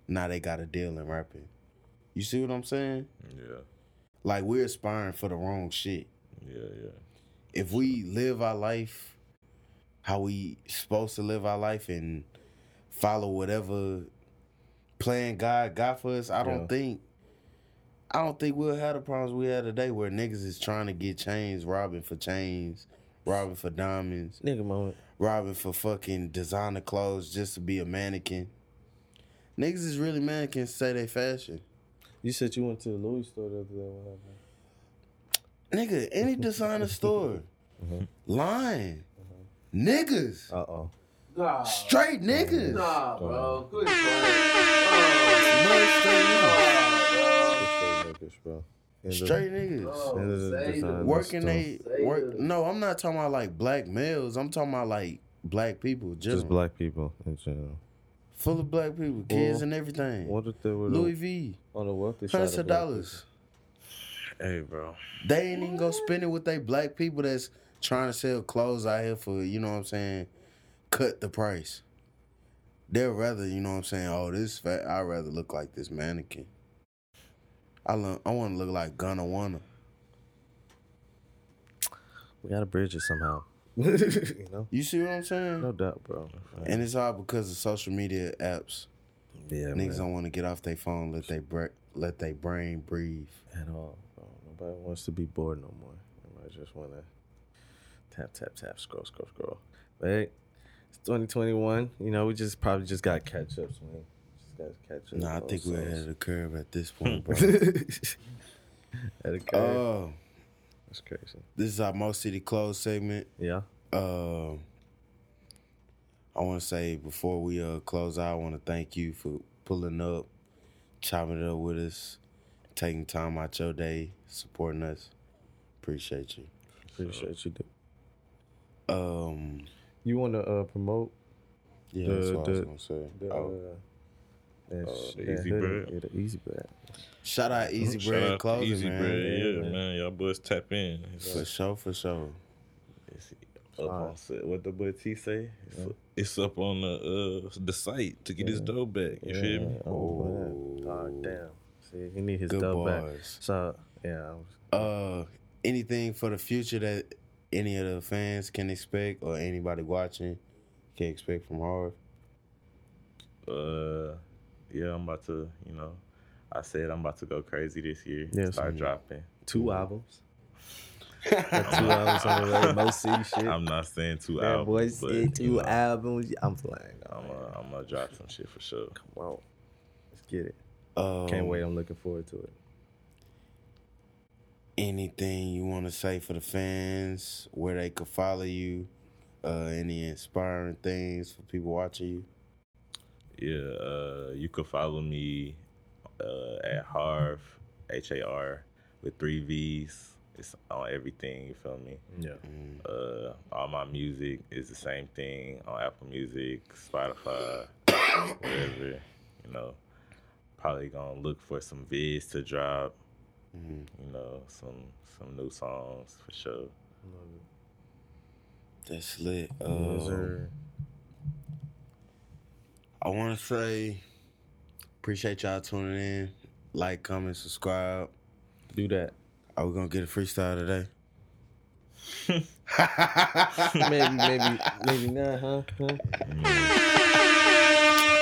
D: Now they got a deal in rapping. You see what I'm saying?
C: yeah,
D: Like we're aspiring for the wrong shit
C: yeah, yeah.
D: if we live our life how we supposed to live our life and follow whatever plan God got for us, I don't
L: Yeah.
D: think I don't think we'll have the problems we have today where niggas is trying to get chains, robbing for chains, robbing for diamonds,
L: nigga moment.
D: robbing for fucking designer clothes just to be a mannequin. Niggas is really mannequins to say they fashion.
F: You said you went to the Louis store the other day. What happened?
D: Nigga, any designer store. Lying. Niggas.
L: Uh oh.
H: Nah,
D: Straight niggas.
H: nah, bro. Good. bro. Oh,
F: Straight niggas, bro. End of-
D: Straight niggas.
H: bro.
F: End of the
H: Say
F: design
H: the-
F: of the
D: Working
F: store.
D: they
H: Say
D: work
H: it.
D: no, I'm not talking about like black males. I'm talking about like black people, just
F: Just black people in general.
D: full of black people, kids
F: Well,
D: and everything.
F: What if they were
D: Louis V.
F: on the wealthy side?
D: Hundreds
F: of
D: of
F: black
D: dollars.
C: Hey, bro.
D: They ain't even gonna spend it with they black people that's trying to sell clothes out here for, you know what I'm saying, cut the price. They'd rather, you know what I'm saying, oh, this fat, I'd rather look like this mannequin. I, lo- I wanna look like Gunna Wanna.
F: We gotta bridge it somehow. you know,
D: You see what I'm saying?
F: no doubt, bro.
D: And it's all because of social media apps.
F: Yeah,
D: Niggas don't want to get off their phone, let they bre- let their brain breathe.
F: at all, bro. Nobody wants to be bored no more. Everybody just want to tap, tap, tap, scroll, scroll, scroll. But hey, it's 2021. You know, we just probably just got catch ups, man. Just got catch ups.
D: Nah, I think we're ahead of the curve at this point, bro.
F: Okay.
C: Uh,
D: Oh,
F: That's crazy.
D: this is our most city closed segment.
F: Yeah.
D: Uh, I want to say before we uh close out, I want to thank you for pulling up, chopping it up with us, taking time out your day, supporting us. Appreciate you.
F: Appreciate you. Do.
D: Um,
F: You want to uh, promote
D: yeah,
F: The-
D: that's what I was
F: the-
D: gonna say.
F: the.
D: oh,
F: Uh, that
C: Oh,
F: sh-
C: the
F: that
C: Easy
F: hoodie.
C: Bread.
F: Yeah, the easy bread.
D: shout out Easy
C: Shout out
D: Bread
C: to
D: Clothing,
C: Easy
D: man.
C: Bread, yeah,
F: Yeah.
C: man. Y'all boys tap in. It's
D: For sure, for sure.
C: It's up on set. Oh, uh, What the boy T say? It's, it's up on the uh the site to get his dough back. You feel me? Oh.
F: Oh, boy. God damn. See, he need his
D: Good
F: dub back.
D: boys.
F: So yeah, I was
D: Uh, anything for the future that any of the fans can expect or anybody watching can expect from Harv?
C: Uh, yeah, I'm about to. You know, I said I'm about to go crazy this year.
F: Yes,
C: Start
F: man.
C: dropping.
F: 2 albums. Got two albums on the way. Most city shit.
C: I'm not saying two
F: Bad
C: albums,
F: Boys,
C: but
F: yeah,
C: you
F: two
C: know,
F: albums. I'm flying.
C: I'm
F: dog.
C: gonna I'm gonna drop some shit for sure.
F: Wow. Let's get it.
D: Um,
F: Can't wait. I'm looking forward to it.
D: anything you want to say for the fans, where they could follow you, uh, any inspiring things for people watching you.
M: Yeah, uh, you could follow me uh, at Harv H A R with three V's. It's on everything. You feel me?
F: Yeah.
D: Mm.
M: Uh, all my music is the same thing on Apple Music, Spotify, wherever. You know, probably gonna look for some vids to drop.
D: Mm.
M: You know, some some new songs for sure.
D: That's lit.
C: um,
D: Uh, I want to say, appreciate y'all tuning in. Like, comment, subscribe.
F: Do that.
D: Are we gonna get a freestyle today?
F: maybe, maybe, maybe not, huh? Huh?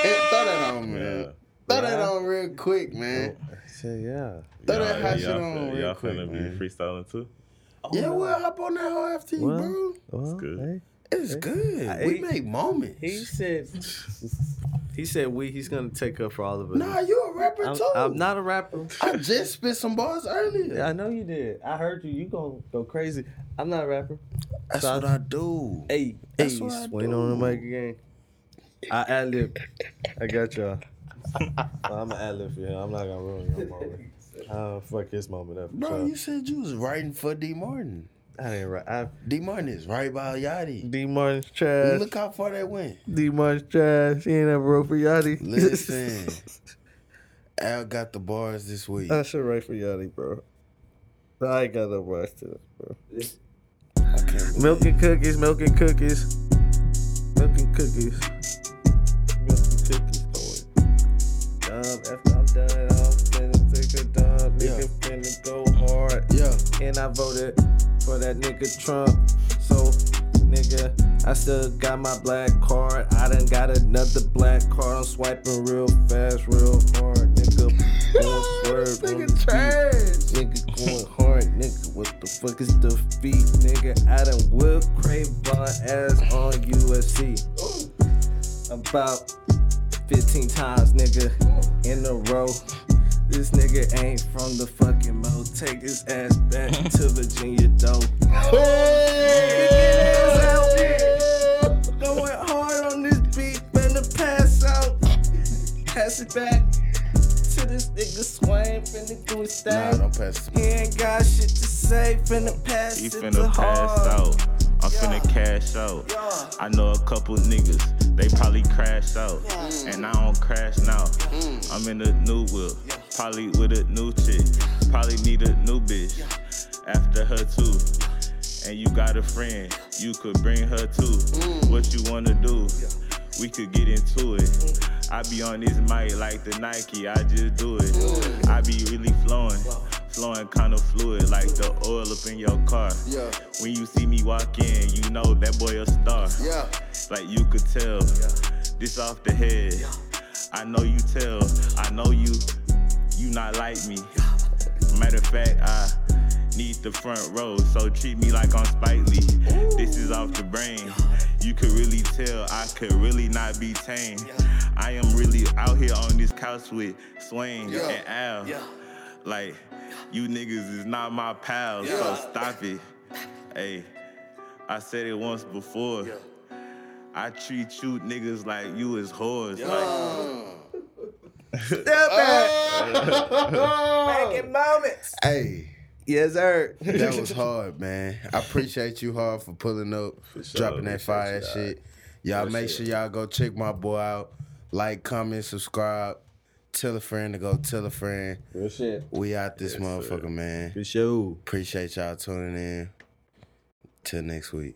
D: Hey, throw that on, man.
M: Yeah.
D: Throw that on real quick, man.
F: So, yeah.
D: Throw that
M: Y'all-
D: hot shit
M: y'all
D: on
M: fin-
D: real
M: Y'all
D: quick,
M: finna
D: man.
M: be freestyling too?
D: yeah, we'll hop on that whole after you,
F: Well,
D: bro.
F: Well,
M: good.
F: hey.
D: It's good.
F: I-
D: we
F: he-
D: make moments.
F: He said, he said we. He's gonna take up for all of us.
D: nah, you a rapper
F: I'm,
D: too.
F: I'm not a rapper.
D: I just spit some bars earlier.
F: I know you did. I heard you. You gonna go crazy. I'm not a rapper.
D: That's
F: So-
D: what I do.
F: Hey,
D: That's
F: hey,
D: what I
F: swing on the mic again. I ad lib. I got y'all.
H: I'm an ad lib for him. I'm not gonna ruin your moment. Uh, fuck his moment up.
D: Bro,
H: so,
D: you said you was writing for D Martin.
F: I didn't write. I,
D: D Martin is right by Yachty.
F: D uh, Martin's trash.
D: Look how far that went.
F: D Martin's trash. He ain't ever wrote for Yachty.
D: Listen, Al got the bars this week.
F: I should write for Yachty, bro. I ain't got no rush to this, bro.
D: I can't believe
F: Milk and cookies, milk and cookies, milk and cookies, milk and cookies. Dumb, after I'm done, I'm finna take a dump. Nigga finna go hard.
D: Yeah,
F: And I voted for that nigga Trump. So, nigga, I still got my black card. I done got another black card. I'm swiping real fast, real hard, nigga. Going swerve on the trash. Nigga going hard, nigga. What the fuck is the feet, nigga? I done whipped Craven ass on USC. About 15 times, nigga, in a row. This nigga ain't from the fucking mo. Take his ass back to Virginia, though. Going hard on this beat, finna pass out. Pass it back to this nigga Swain, finna do his
D: nah,
F: thing.
D: don't pass.
F: He ain't got shit to say, finna pass
C: He
F: it to
C: finna pass
F: hard.
C: out. I'm finna cash out. I know a couple niggas, they probably crash out. And I don't crash now.
F: Mm.
C: I'm in a new whip, probably with a new chick. Probably need a new bitch after her too. And you got a friend, you could bring her too. What you wanna do? We could get into it. I be on this mic like the Nike, I just do it. I be really flowing, flowing kind of fluid like the oil up in your car.
N: Yeah,
C: When you see me walk in, you know that boy a star.
N: yeah.
C: Like you could tell, this off the head. I know you tell, I know you, you not like me. Matter of fact, I need the front row, so treat me like I'm Spike Lee. This is off the brain. You could really tell I could really not be tamed. I am really out here on this couch with Swain and Al. Like, you niggas is not my pals, so stop it. Hey, I said it once before. I treat you niggas like you is whores. Like,
F: Making moments.
D: Hey,
F: Yes, sir.
D: that was hard, man. I appreciate you hard for pulling up, dropping that fire ass shit. Y'all make sure y'all go check my boy out. Like, comment, subscribe. Tell a friend to go tell a friend.
H: real shit.
D: We out this motherfucker, man.
F: Good show.
D: Appreciate y'all tuning in. Till next week.